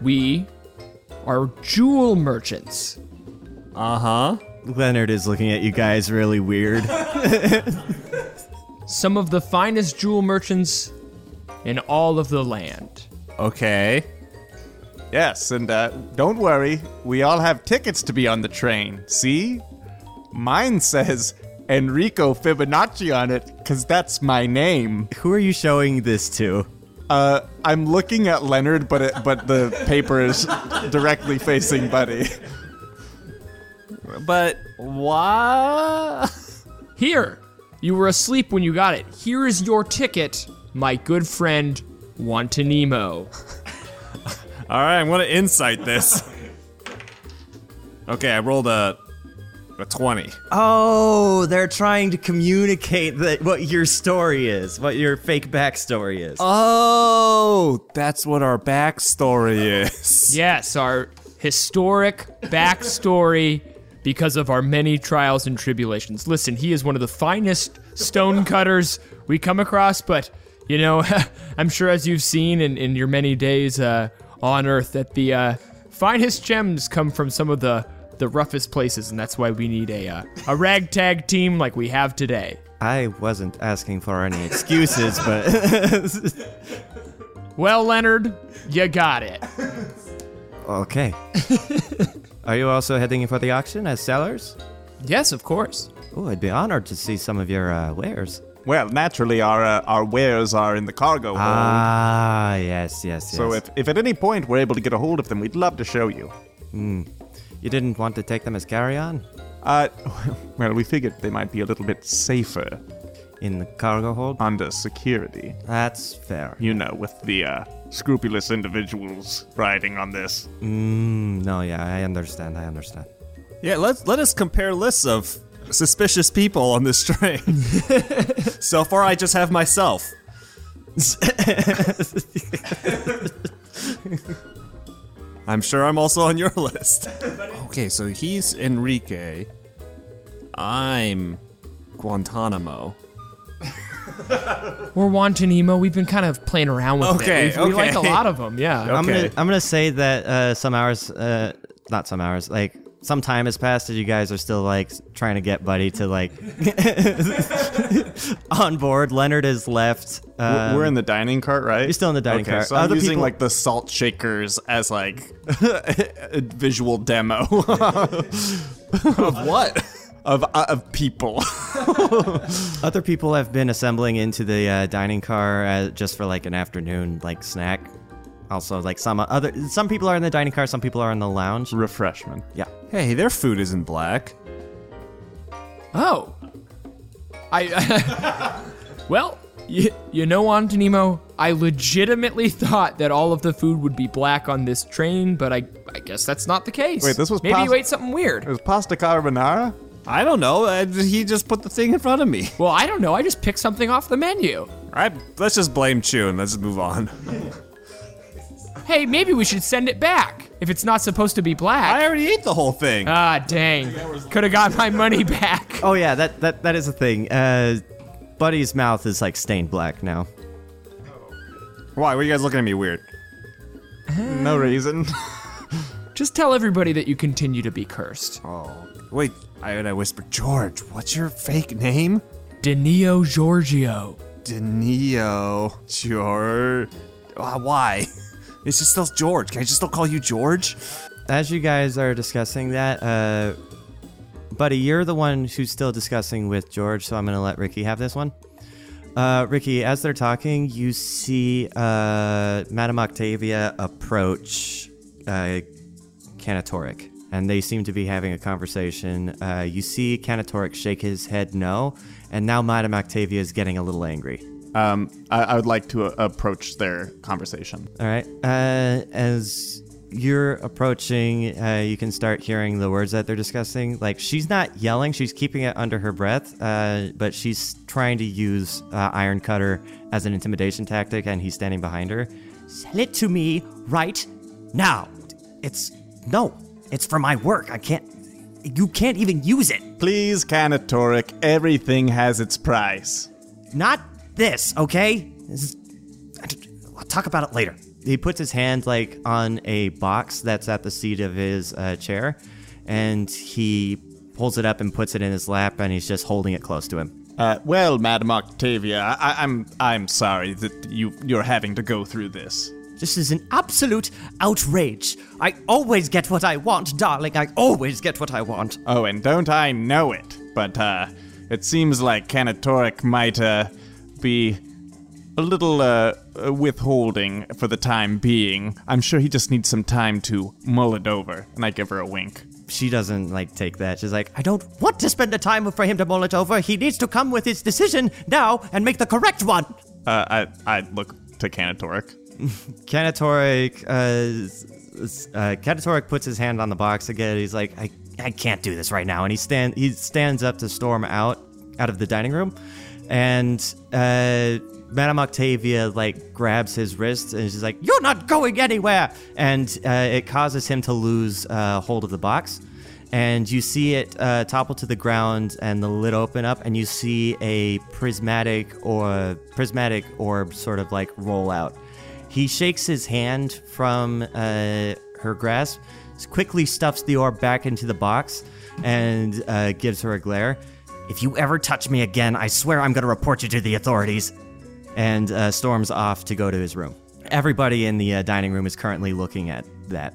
E: we are jewel merchants.
B: Uh huh.
A: Leonard is looking at you guys really weird.
E: Some of the finest jewel merchants in all of the land.
D: Okay. Yes, and uh, don't worry, we all have tickets to be on the train. See? Mine says Enrico Fibonacci on it, because that's my name.
A: Who are you showing this to?
D: Uh, I'm looking at Leonard, but it, but the paper is directly facing Buddy.
B: But why?
E: Here, you were asleep when you got it. Here is your ticket, my good friend Wantanimo.
B: All right, I'm gonna insight this. Okay, I rolled a a twenty.
A: Oh, they're trying to communicate that what your story is, what your fake backstory is.
B: Oh, that's what our backstory is.
E: Yes, our historic backstory because of our many trials and tribulations. Listen, he is one of the finest stonecutters we come across, but you know, I'm sure as you've seen in, in your many days uh, on Earth that the uh, finest gems come from some of the the roughest places, and that's why we need a uh, a ragtag team like we have today.
A: I wasn't asking for any excuses, but
E: Well, Leonard, you got it.
A: okay. Are you also heading for the auction as sellers?
E: Yes, of course.
A: Oh, I'd be honored to see some of your uh, wares.
D: Well, naturally, our uh, our wares are in the cargo hold.
A: Ah, yes, yes, yes.
D: so if, if at any point we're able to get a hold of them, we'd love to show you.
A: you didn't want to take them as carry-on
D: Uh, well, we figured they might be a little bit safer
A: in the cargo hold,
D: under security.
A: that's fair.
G: You know, with the uh, scrupulous individuals riding on this.
A: Mm, No, yeah, I understand. I understand.
B: Yeah, let let us compare lists of suspicious people on this train. so far, I just have myself. I'm sure I'm also on your list. Okay, so he's Enrique. I'm Guantanamo.
E: We're Wantanimo. We've been kind of playing around with
B: Okay,
E: it. We've- We like a
B: okay.
E: lot of them, yeah.
A: I'm
B: Okay.
A: gonna I'm gonna say that uh, some hours, uh, not some hours, like some time has passed, and you guys are still like s- trying to get Buddy to like on board. Leonard is left. Uh,
D: We're
B: Um,
D: in the dining cart, right? You're
A: still in the dining
D: okay,
A: cart.
D: So I'm
A: Other
D: using
A: people-
D: like the salt shakers as like a visual demo of what of uh, of people.
A: other people have been assembling into the uh, dining car uh, just for like an afternoon like snack. Also, like some other some people are in the dining car, some people are in the lounge.
D: Refreshment.
A: Yeah.
B: Hey, their food isn't black.
E: Oh. I. well, you, you know, Antonimo, I legitimately thought that all of the food would be black on this train, but I, I guess that's not the case.
D: Wait, this was
E: Maybe
D: pos-
E: you ate something weird.
D: Is pasta carbonara?
B: I don't know. I, he just put the thing in front of me.
E: Well, I don't know. I just picked something off the menu.
B: All right, let's just blame Chew and let's move on.
E: Hey, maybe we should send it back if it's not supposed to be
B: I
E: black.
B: already ate the whole thing.
D: Uh,
E: Ah, dang. Could have got my money back.
A: Oh yeah, that that that is a thing. Uh, Buddy's mouth is like stained black now.
B: Why? Were you guys looking at me weird? Uh,
D: No reason.
E: Just tell everybody that you continue to be cursed.
B: Oh, wait. I, and I whispered, George, what's your fake name?
E: Danio Giorgio.
B: Denio. George. Uh, why? It's just still George. Can I just still call you George?
A: As you guys are discussing that, uh, buddy, you're the one who's still discussing with George, so I'm going to let Ricky have this one. Uh, Ricky, as they're talking, you see uh, Madame Octavia approach uh, Canatoric, and they seem to be having a conversation. Uh, you see Canatoric shake his head no, and now Madame Octavia is getting a little angry.
D: Um, I, I would like to uh, approach their conversation.
A: All right. Uh, as you're approaching, uh, you can start hearing the words that they're discussing. Like she's not yelling; she's keeping it under her breath, uh, but she's trying to use uh, Iron Cutter as an intimidation tactic, and he's standing behind her. Sell it to me right now. It's no. It's for my work. I can't. You can't even use it.
D: Please, Canatoric, everything has its price.
A: Not this, okay? This is, I'll talk about it later. He puts his hand like on a box that's at the seat of his uh, chair, and he pulls it up and puts it in his lap, and he's just holding it close to him.
D: Uh, well, Madam Octavia, I, I'm I'm sorry that you you're having to go through this.
A: This is an absolute outrage. I always get what I want, darling. I always get what I want.
D: Oh, and don't I know it? But uh, it seems like Canatoric might uh, be a little uh, uh, withholding for the time being. I'm sure he just needs some time to mull it over. And I give her a wink.
A: She doesn't like take that. She's like, I don't want to spend the time for him to mull it over. He needs to come with his decision now and make the correct one.
D: Uh, I I look to Canatoric.
A: Canatoric, uh, s- s- uh, Canatoric puts his hand on the box again. He's like, I, I can't do this right now. And he stand he stands up to storm out out of the dining room, and uh, Madame Octavia like grabs his wrist and she's like, "You're not going anywhere!" And uh, it causes him to lose uh, hold of the box. And you see it uh, topple to the ground, and the lid open up, and you see a prismatic or prismatic orb sort of like roll out. He shakes his hand from uh, her grasp, quickly stuffs the orb back into the box, and uh, gives her a glare. If you ever touch me again, I swear I'm going to report you to the authorities. And uh, storms off to go to his room. Everybody in the uh, dining room is currently looking at that.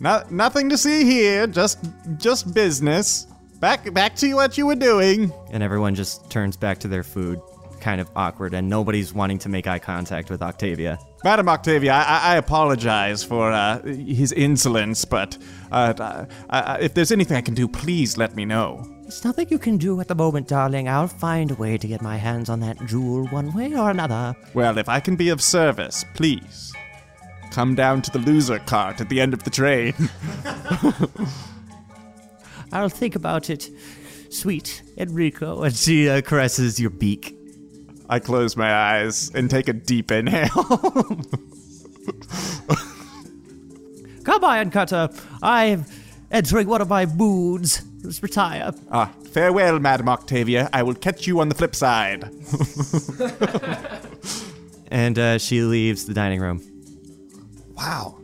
D: No, nothing to see here. Just just business. Back back to what you were doing.
A: And everyone just turns back to their food, kind of awkward, and nobody's wanting to make eye contact with Octavia.
D: Madam Octavia, I- I, I apologize for uh, his insolence, but uh, I, I, if there's anything I can do, please let me know.
A: There's nothing you can do at the moment, darling. I'll find a way to get my hands on that jewel one way or another.
D: Well, if I can be of service, please come down to the loser cart at the end of the train.
A: I'll think about it, sweet Enrico. And she uh, caresses your beak.
D: I close my eyes and take a deep inhale.
A: Come on, Cutter. I'm entering one of my moods. Let's retire.
D: ah, farewell, Madam Octavia. I will catch you on the flip side.
A: And uh, she leaves the dining room.
H: Wow.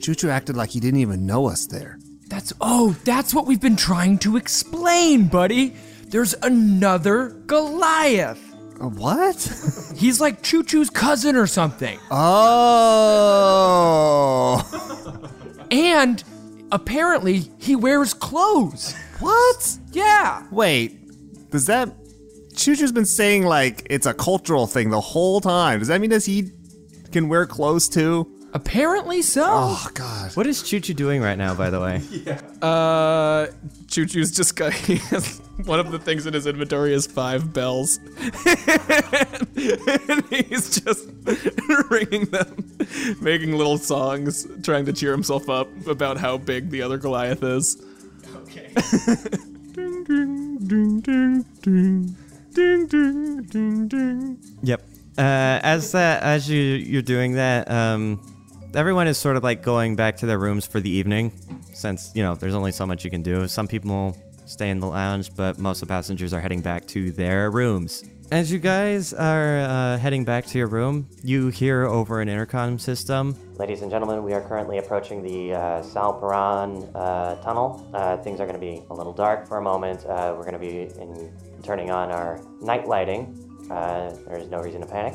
H: Choo Choo acted like he didn't even know us there.
E: That's oh, that's what we've been trying to explain, buddy. There's another Goliath.
H: Uh, What?
E: He's like Choo Choo's cousin or something.
H: Uh, Oh.
E: And apparently he wears clothes.
H: What?
E: Yeah.
H: Wait. Does that. Choo Choo's been saying like it's a cultural thing the whole time. Does that mean that he can wear clothes too?
E: Apparently so.
H: Oh, God.
A: What is Choo Choo doing right now, by the way?
C: Uh, Choo Choo's just got. He has, one of the things in his inventory is five bells. and he's just ringing them, making little songs, trying to cheer himself up about how big the other Goliath is.
A: Yep. Uh, as that, as you you're doing that, um, everyone is sort of like going back to their rooms for the evening, since you know there's only so much you can do. Some people stay in the lounge, but most of the passengers are heading back to their rooms. As you guys are uh, heading back to your room, you hear over an intercom system. Ladies and gentlemen, we are currently approaching the uh, Salperon uh, tunnel. Uh, things are going to be a little dark for a moment. Uh, we're going to be in, turning on our night lighting. Uh, there's no reason to panic.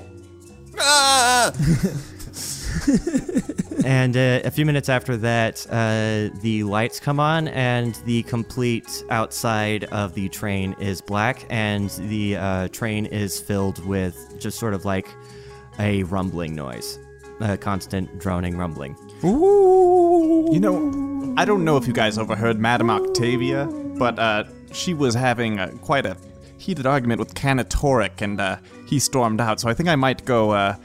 A: and uh, a few minutes after that, uh, the lights come on, and the complete outside of the train is black, and the uh, train is filled with just sort of like a rumbling noise, a constant droning rumbling.
D: You know, I don't know if you guys overheard Madame Octavia, but uh, she was having uh, quite a heated argument with Canatoric, and uh, he stormed out. So I think I might go uh,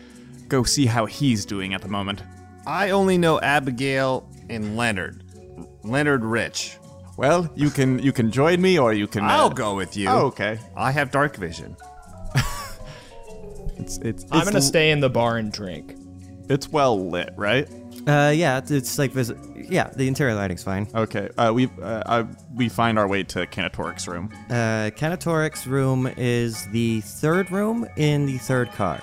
D: go see how he's doing at the moment.
H: I only know Abigail and Leonard. Leonard Rich.
D: Well, you can you can join me, or you can. uh,
H: I'll go with you.
D: Oh, okay.
H: I have dark vision.
D: It's it's.
E: I'm
D: it's
E: gonna
D: l-
E: stay in the bar and drink.
D: It's well lit, right?
A: Uh, yeah, it's, it's like vis- yeah, the interior lighting's fine.
D: Okay. Uh, we uh, I, we find our way to Canatoric's room.
A: Uh, Canatoric's room is the third room in the third car.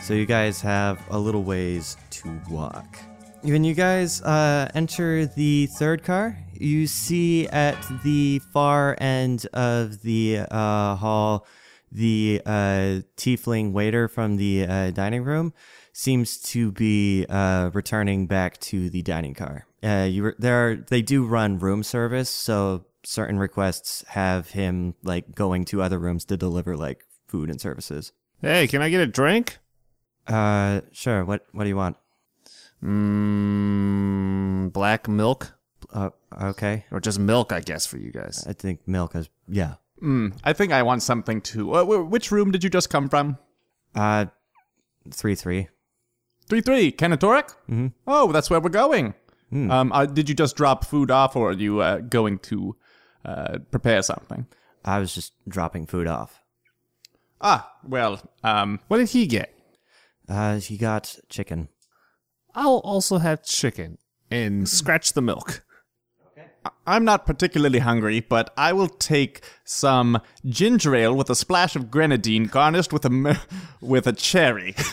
A: So you guys have a little ways to walk. When you guys uh, enter the third car, you see at the far end of the uh, hall the uh, tiefling waiter from the uh, dining room seems to be uh, returning back to the dining car. Uh, you were, there are, they do run room service, so certain requests have him like going to other rooms to deliver like food and services.
H: Hey, can I get a drink?
A: Uh, sure. What what do you want?
H: Mmm, black milk
A: Uh, okay.
H: or just milk, I guess, for you guys.
A: I think milk is yeah.
D: I think I want something to. Uh, wh- which room did you just come from?
A: Uh, three three.
D: Three three, Canatoric. Mm-hmm. Oh, that's where we're going. Um, uh, did you just drop food off, or are you uh, going to uh, prepare something?
A: I was just dropping food off.
D: Ah, well, um,
H: What did he get?
A: Uh, he got chicken.
H: I'll also have chicken and scratch the milk.
D: I'm not particularly hungry, but I will take some ginger ale with a splash of grenadine, garnished with a mi- with a cherry.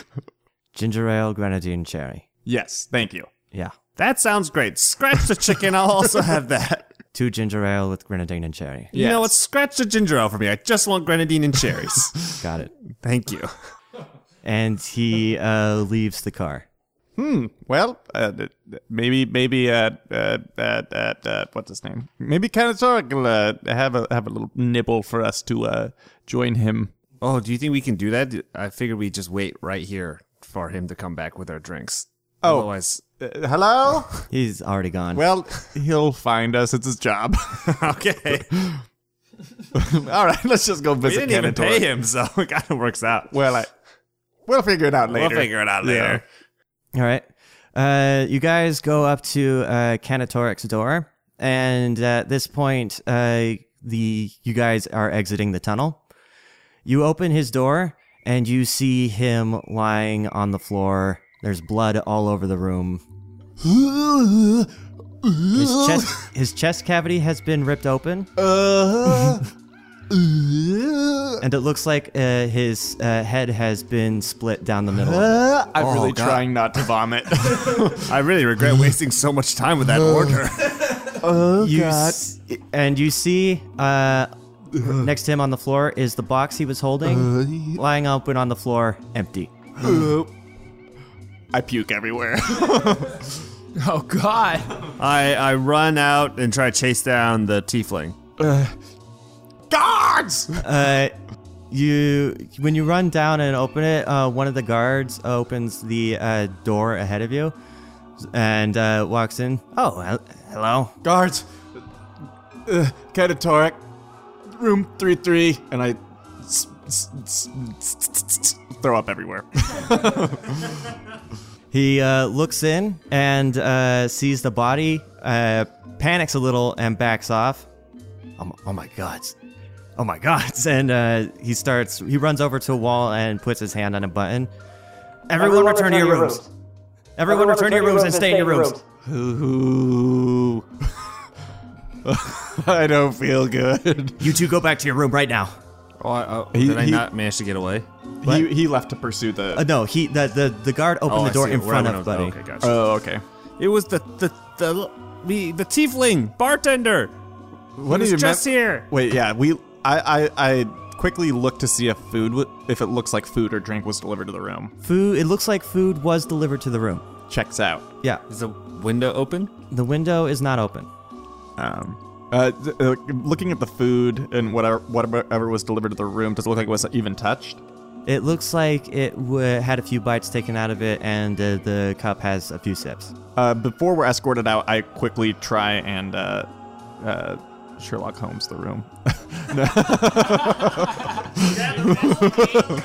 A: Ginger ale, grenadine, cherry.
D: yes, thank you.
A: Yeah.
H: That sounds great. Scratch the chicken. I'll also have that.
A: Two ginger ale with grenadine and cherry.
H: You know what? Scratch the ginger ale for me. I just want grenadine and cherries.
A: Got it.
H: Thank you.
A: And he uh, leaves the car.
D: Well, uh, th- th- maybe maybe uh, uh, uh, uh, uh, what's his name? Maybe Canatoric will uh, have a have a little nibble for us to uh, join him.
H: Oh, do you think we can do that? I figured we just wait right here for him to come back with our drinks.
D: Oh.
H: Otherwise,
D: Uh, hello.
A: He's already gone.
D: Well, he'll find us. It's his job.
H: okay.
D: All right, let's just go
H: we
D: visit
H: didn't even
D: Canatoric.
H: pay him, so it kind of works out.
D: Well, I, we'll figure it out later.
H: We'll figure it out
D: Yeah.
H: later.
A: All right. Uh, you guys go up to uh, Canatoric's door, and at this point, uh, the you guys are exiting the tunnel. You open his door, and you see him lying on the floor. There's blood all over the room. His chest, his chest cavity has been ripped open, and it looks like uh, his uh, head has been split down the middle.
D: I'm really trying not to vomit.
H: I really regret wasting so much time with that order.
A: you s- and you see uh, next to him on the floor is the box he was holding lying open on the floor empty
D: I puke everywhere.
E: Oh God!
H: I, I run out and try to chase down the tiefling.
D: Guards!
A: uh, you when you run down and open it uh, one of the guards opens the uh, door ahead of you and uh, walks in oh hel- hello
D: Guards! Uh, Catatoric, room 3-3, and I s- s- s- s- s- s- throw up everywhere.
A: He uh, looks in and uh, sees the body, uh, panics a little, and backs off. Oh, m- oh my god. Oh my god. And uh, he starts, he runs over to a wall and puts his hand on a button. Everyone, return, to your rooms. Everyone, return, to your rooms and stay in your rooms.
D: Ooh. I don't feel good.
A: You two go back to your room right now.
H: Oh, I- oh,
D: He-
H: did I
D: he-
H: not manage to get away?
D: He, he left to pursue the.
A: Uh, no, he the, the, the guard opened
H: Oh,
A: the
H: I
A: door
H: see.
A: in
H: Where
A: front
H: I went
A: of
H: over-
A: Buddy. Uh,
H: Okay, gotcha.
D: oh, okay.
H: it was the the the the, the tiefling bartender.
D: What
H: was
D: do you
H: just
D: mem-
H: here.
D: Wait, yeah, we. I, I, I quickly looked to see if food, w- if it looks like food or drink was delivered to the room.
A: Food, it looks like food was delivered to the room.
D: checks out.
A: Yeah.
B: Is the window open?
A: The window is not open.
D: Um, uh, th- uh, looking at the food and whatever whatever was delivered to the room, does it look like it was even touched?
A: It looks like it w- had a few bites taken out of it, and uh, the cup has a few sips.
D: Uh, before we're escorted out, I quickly try and uh, uh, Sherlock Holmes the room.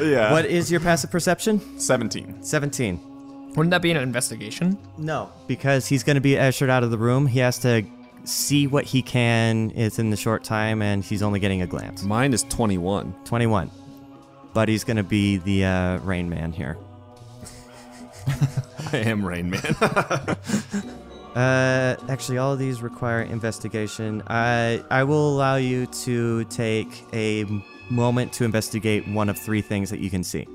D: yeah.
A: What is your passive perception?
D: 17.
A: 17.
E: Wouldn't that be an investigation?
A: No, because he's going to be ushered out of the room. He has to see what he can. It's in the short time, and he's only getting a glance.
B: Mine is 21.
A: 21. But he's going to be the uh, Rain Man here.
D: I am Rain Man.
A: Uh, actually, all of these require investigation. I I will allow you to take a moment to investigate one of three things that you can see.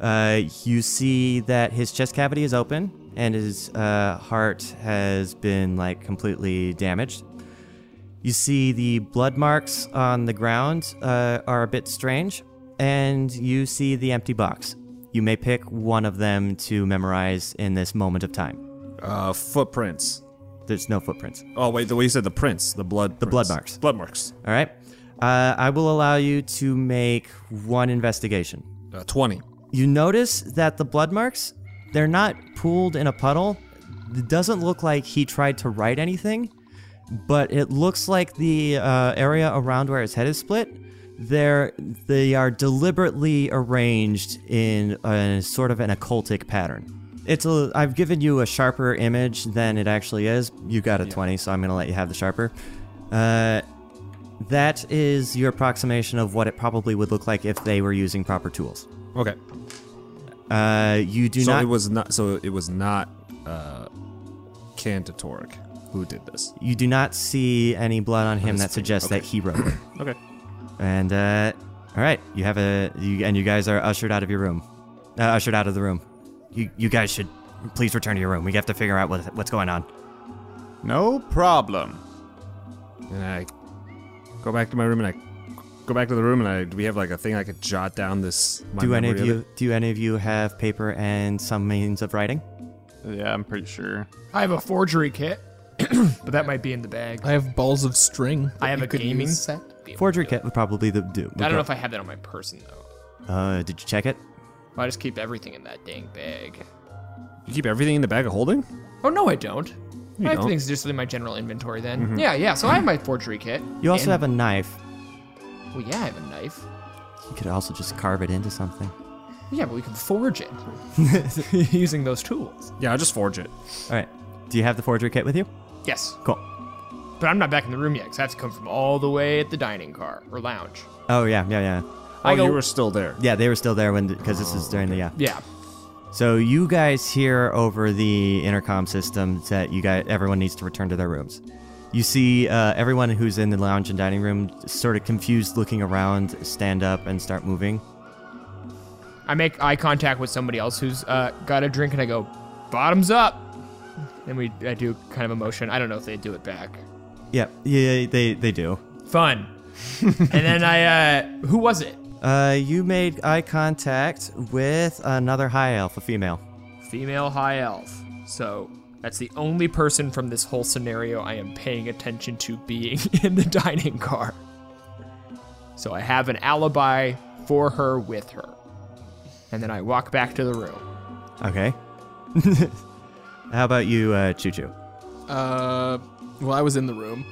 A: Uh, you see that his chest cavity is open and his uh, heart has been like completely damaged. You see the blood marks on the ground uh, are a bit strange, and you see the empty box. You may pick one of them to memorize in this moment of time.
B: Uh, footprints.
A: There's no footprints.
B: Oh, wait, the way you said the prints, the blood. The
A: blood marks.
B: Blood marks.
A: All right. Uh, I will allow you to make one investigation.
B: Uh, 20.
A: You notice that the blood marks, they're not pooled in a puddle. It doesn't look like he tried to write anything, but it looks like the uh, area around where his head is split, they're, they are deliberately arranged in a sort of an occultic pattern. It's a, I've given you a sharper image than it actually is. You got a 20, so I'm going to let you have the sharper. Uh, that is your approximation of what it probably would look like if they were using proper tools.
B: Okay.
A: Uh, you do
B: so
A: not.
B: it was not. So it was not uh, Cantatoric who did this.
A: you do not see any blood on him that suggests that he wrote it.
B: Okay.
A: And uh, all right, you have a you, and you guys are ushered out of your room, uh, ushered out of the room. You you guys should please return to your room. We have to figure out what what's going on.
D: no problem.
B: And I go back to my room and I go back to the room and I do we have like a thing I could jot down this. My
A: do any of
B: memory
A: you
B: it?
A: do any of you have paper and some means of writing?
D: Yeah, I'm pretty sure.
E: I have a forgery kit, but that might be in the bag.
C: I have balls of string. that
E: I have
C: you
E: a
C: could
E: gaming
C: use.
E: set.
A: Forgery kit would probably the, do.
E: I don't know if I have that on my person though.
A: Uh, did you check it?
E: I just keep everything in that dang bag.
B: You keep everything in the bag of holding?
E: Oh no, I don't. Mm-hmm. I have
B: don't?
E: things just in my general inventory then. Yeah, yeah. So I have my forgery kit.
A: You also
E: and-
A: have a knife.
E: Well, yeah, I have a knife.
A: You could also just carve it into something.
E: Yeah, but we can forge it using those tools.
B: Yeah, I'll just forge it.
A: All right. Do you have the forgery kit with you?
E: Yes,
A: Cool.
E: but I'm not back in the room yet because I have to come from all the way at the dining car or lounge.
A: Oh yeah, yeah, yeah,
B: Oh,
E: I go.
B: you were still there.
A: yeah. They were still there when because this is during the uh, yeah.
E: yeah,
A: So you guys hear over the intercom system that you guys everyone needs to return to their rooms. You see uh, everyone who's in the lounge and dining room sort of confused, looking around, stand up and start moving.
E: I make eye contact with somebody else who's uh, got a drink, and I go, "Bottoms up." And we, I do kind of a motion. I don't know if they do it back.
A: Yeah, yeah, they they do.
E: Fun. and then I, uh, who was it?
A: Uh, you made eye contact with another high elf, a female.
E: Female high elf. So that's the only person from this whole scenario I am paying attention to being in the dining car. So I have an alibi for her with her. And then I walk back to the room.
A: Okay. How about you, uh, Choo Choo?
C: Uh, well, I was in the room.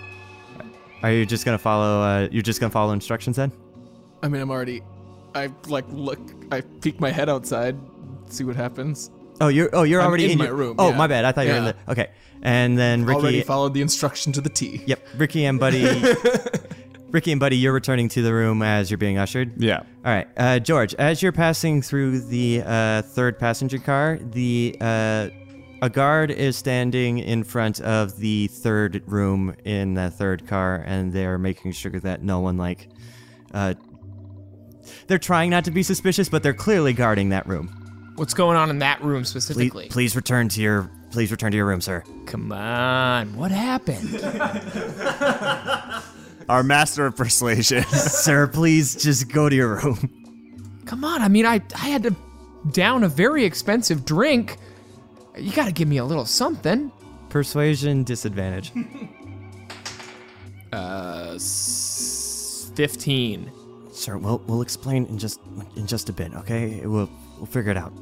A: Are you just gonna follow? Uh, you're just gonna follow instructions then?
C: I mean, I'm already. I like look. I peek my head outside, see what happens.
A: Oh, you're oh you're
C: I'm
A: already
C: in my
A: your-
C: room,
A: Oh,
C: yeah.
A: my bad. I thought you were in
C: Yeah.
A: the okay. And then Ricky.
C: Already followed the instruction to the T.
A: yep, Ricky and Buddy. Ricky and Buddy, you're returning to the room as you're being ushered.
D: Yeah.
A: All right, uh, George. As you're passing through the uh, third passenger car, the uh, a guard is standing in front of the third room in the third car, and they're making sure that no one like. Uh, they're trying not to be suspicious, but they're clearly guarding that room.
E: What's going on in that room
A: Please,
E: specifically?
A: please return to your please return to your room, sir.
E: Come on. What happened?
H: Our master of persuasion.
A: Sir, please just go to your room.
E: Come on. I mean, I, I had to down a very expensive drink. You gotta give me a little something.
A: Persuasion disadvantage.
E: 15.
A: Sir, we'll we'll explain in just in just a bit, okay? We'll we'll figure it out.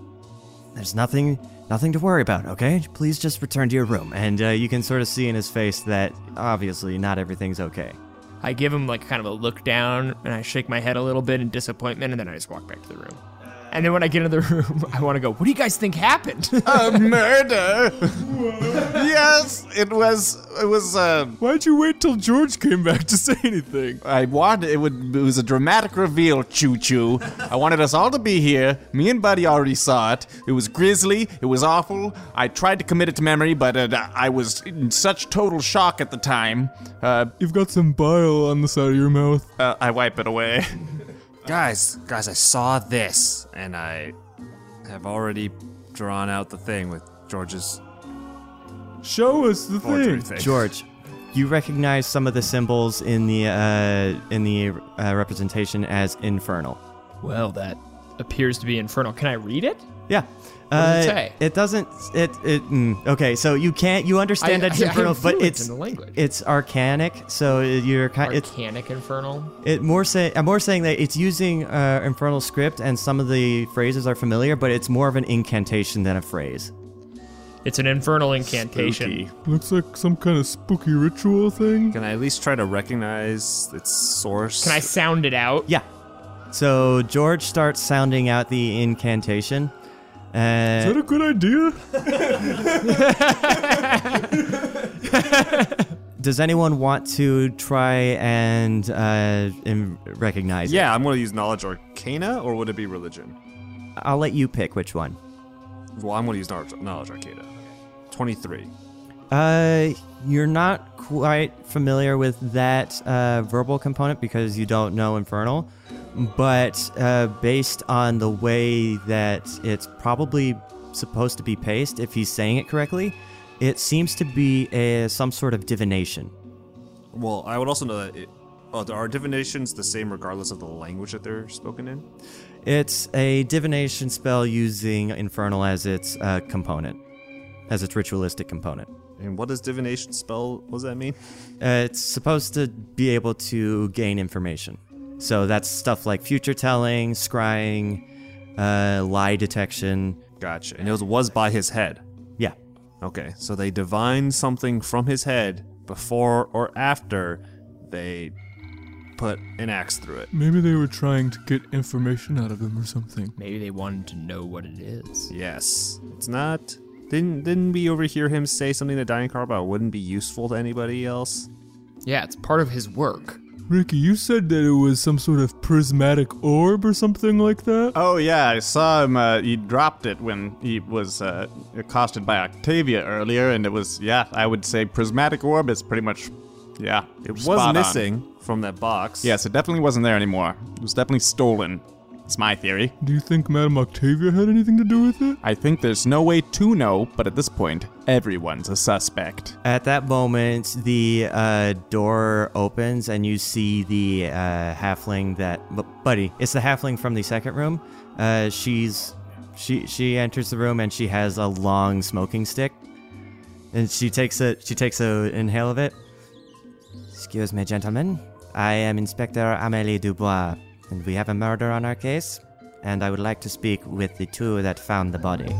A: There's nothing nothing to worry about, okay? Please just return to your room, and uh, you can sort of see in his face that obviously not everything's okay.
E: I give him like kind of a look down and I shake my head a little bit in disappointment and then I just walk back to the room. And then when I get into the room, I want to go, what do you guys think happened?
D: A murder.
H: yes, it was. It was. Uh,
F: Why'd you wait till George came back to say anything?
D: I wanted it would it was a dramatic reveal, Choo Choo. I wanted us all to be here. Me and Buddy already saw it. It was grisly. It was awful. I tried to commit it to memory, but uh, I was in such total shock at the time. Uh,
F: You've got some bile on the side of your mouth.
D: uh, I wipe it away.
B: Guys, guys, I saw this, and I have already drawn out the thing with George's
F: Show us the
B: forgery
E: Hmm,
F: thing.
B: thing.
A: George, you recognize some of the symbols in the uh, in the uh, representation as infernal.
E: well, that appears to be infernal. Can I read it?
A: Yeah.
E: does it
A: uh,
E: say?
A: doesn't. It. It. Mm, okay. So you can't. You understand
E: I-
A: that it's
E: I- I'm
A: infernal, but
E: fluent
A: it's
E: in the language.
A: it's arcanic. So you're kind. It's
E: Arcanic infernal.
A: It more say I'm more saying that it's using uh, infernal script and some of the phrases are familiar, but it's more of an incantation than a phrase.
E: It's an infernal incantation.
F: Looks like some kind of spooky ritual thing.
B: Can I at least try to recognize its source?
E: Can I sound it out?
A: Yeah. So George starts sounding out the incantation.
F: Is
A: Uh,
F: that a good idea?
A: does anyone want to try and uh, im- recognize it?
B: Yeah, I'm gonna use knowledge arcana, or would it be religion?
A: I'll let you pick which one.
B: Well, I'm gonna use knowledge, knowledge arcana. Twenty-three.
A: Uh, you're not quite familiar with that uh, verbal component because you don't know Infernal, but uh, based on the way that it's probably supposed to be paced, if he's saying it correctly, it seems to be a, some sort of divination.
B: Well, I would also know that. It, oh, are divinations the same regardless of the language that they're spoken in?
A: It's a divination spell using Infernal as its uh, component, as its ritualistic component.
B: And what does divination spell? What does that mean?
A: Uh, it's supposed to be able to gain information. So that's stuff like future telling, scrying, uh, lie detection.
B: Gotcha. And it was, was by his head.
A: Yeah.
B: Okay, so they divine something from his head before or after they put an axe through it.
F: Maybe they were trying to get information out of him or something.
E: Maybe they wanted to know what it is.
B: Yes, it's not. Didn't didn't we overhear him say something to Diane Carr about wouldn't be useful to anybody else?
E: Yeah, it's part of his work.
F: Ricky, you said that it was some sort of prismatic orb or something like that?
D: Oh yeah, I saw him. Uh, he dropped it when he was uh, accosted by Octavia earlier, and it was yeah. I would say prismatic orb is pretty much yeah.
B: It was
D: spot on.
B: missing from that box.
D: Yes, it definitely wasn't there anymore. It was definitely stolen. It's my theory.
F: Do you think Madame Octavia had anything to do with it?
D: I think there's no way to know, but at this point, everyone's a suspect.
A: At that moment, the uh, door opens and you see the uh, halfling that, bu- buddy, it's the halfling from the second room. Uh, she's she she enters the room and she has a long smoking stick, and she takes a she takes a inhale of it. Excuse me, gentlemen. I am Inspector Amélie Dubois, and we have a murder on our case. And I would like to speak with the two that found the body.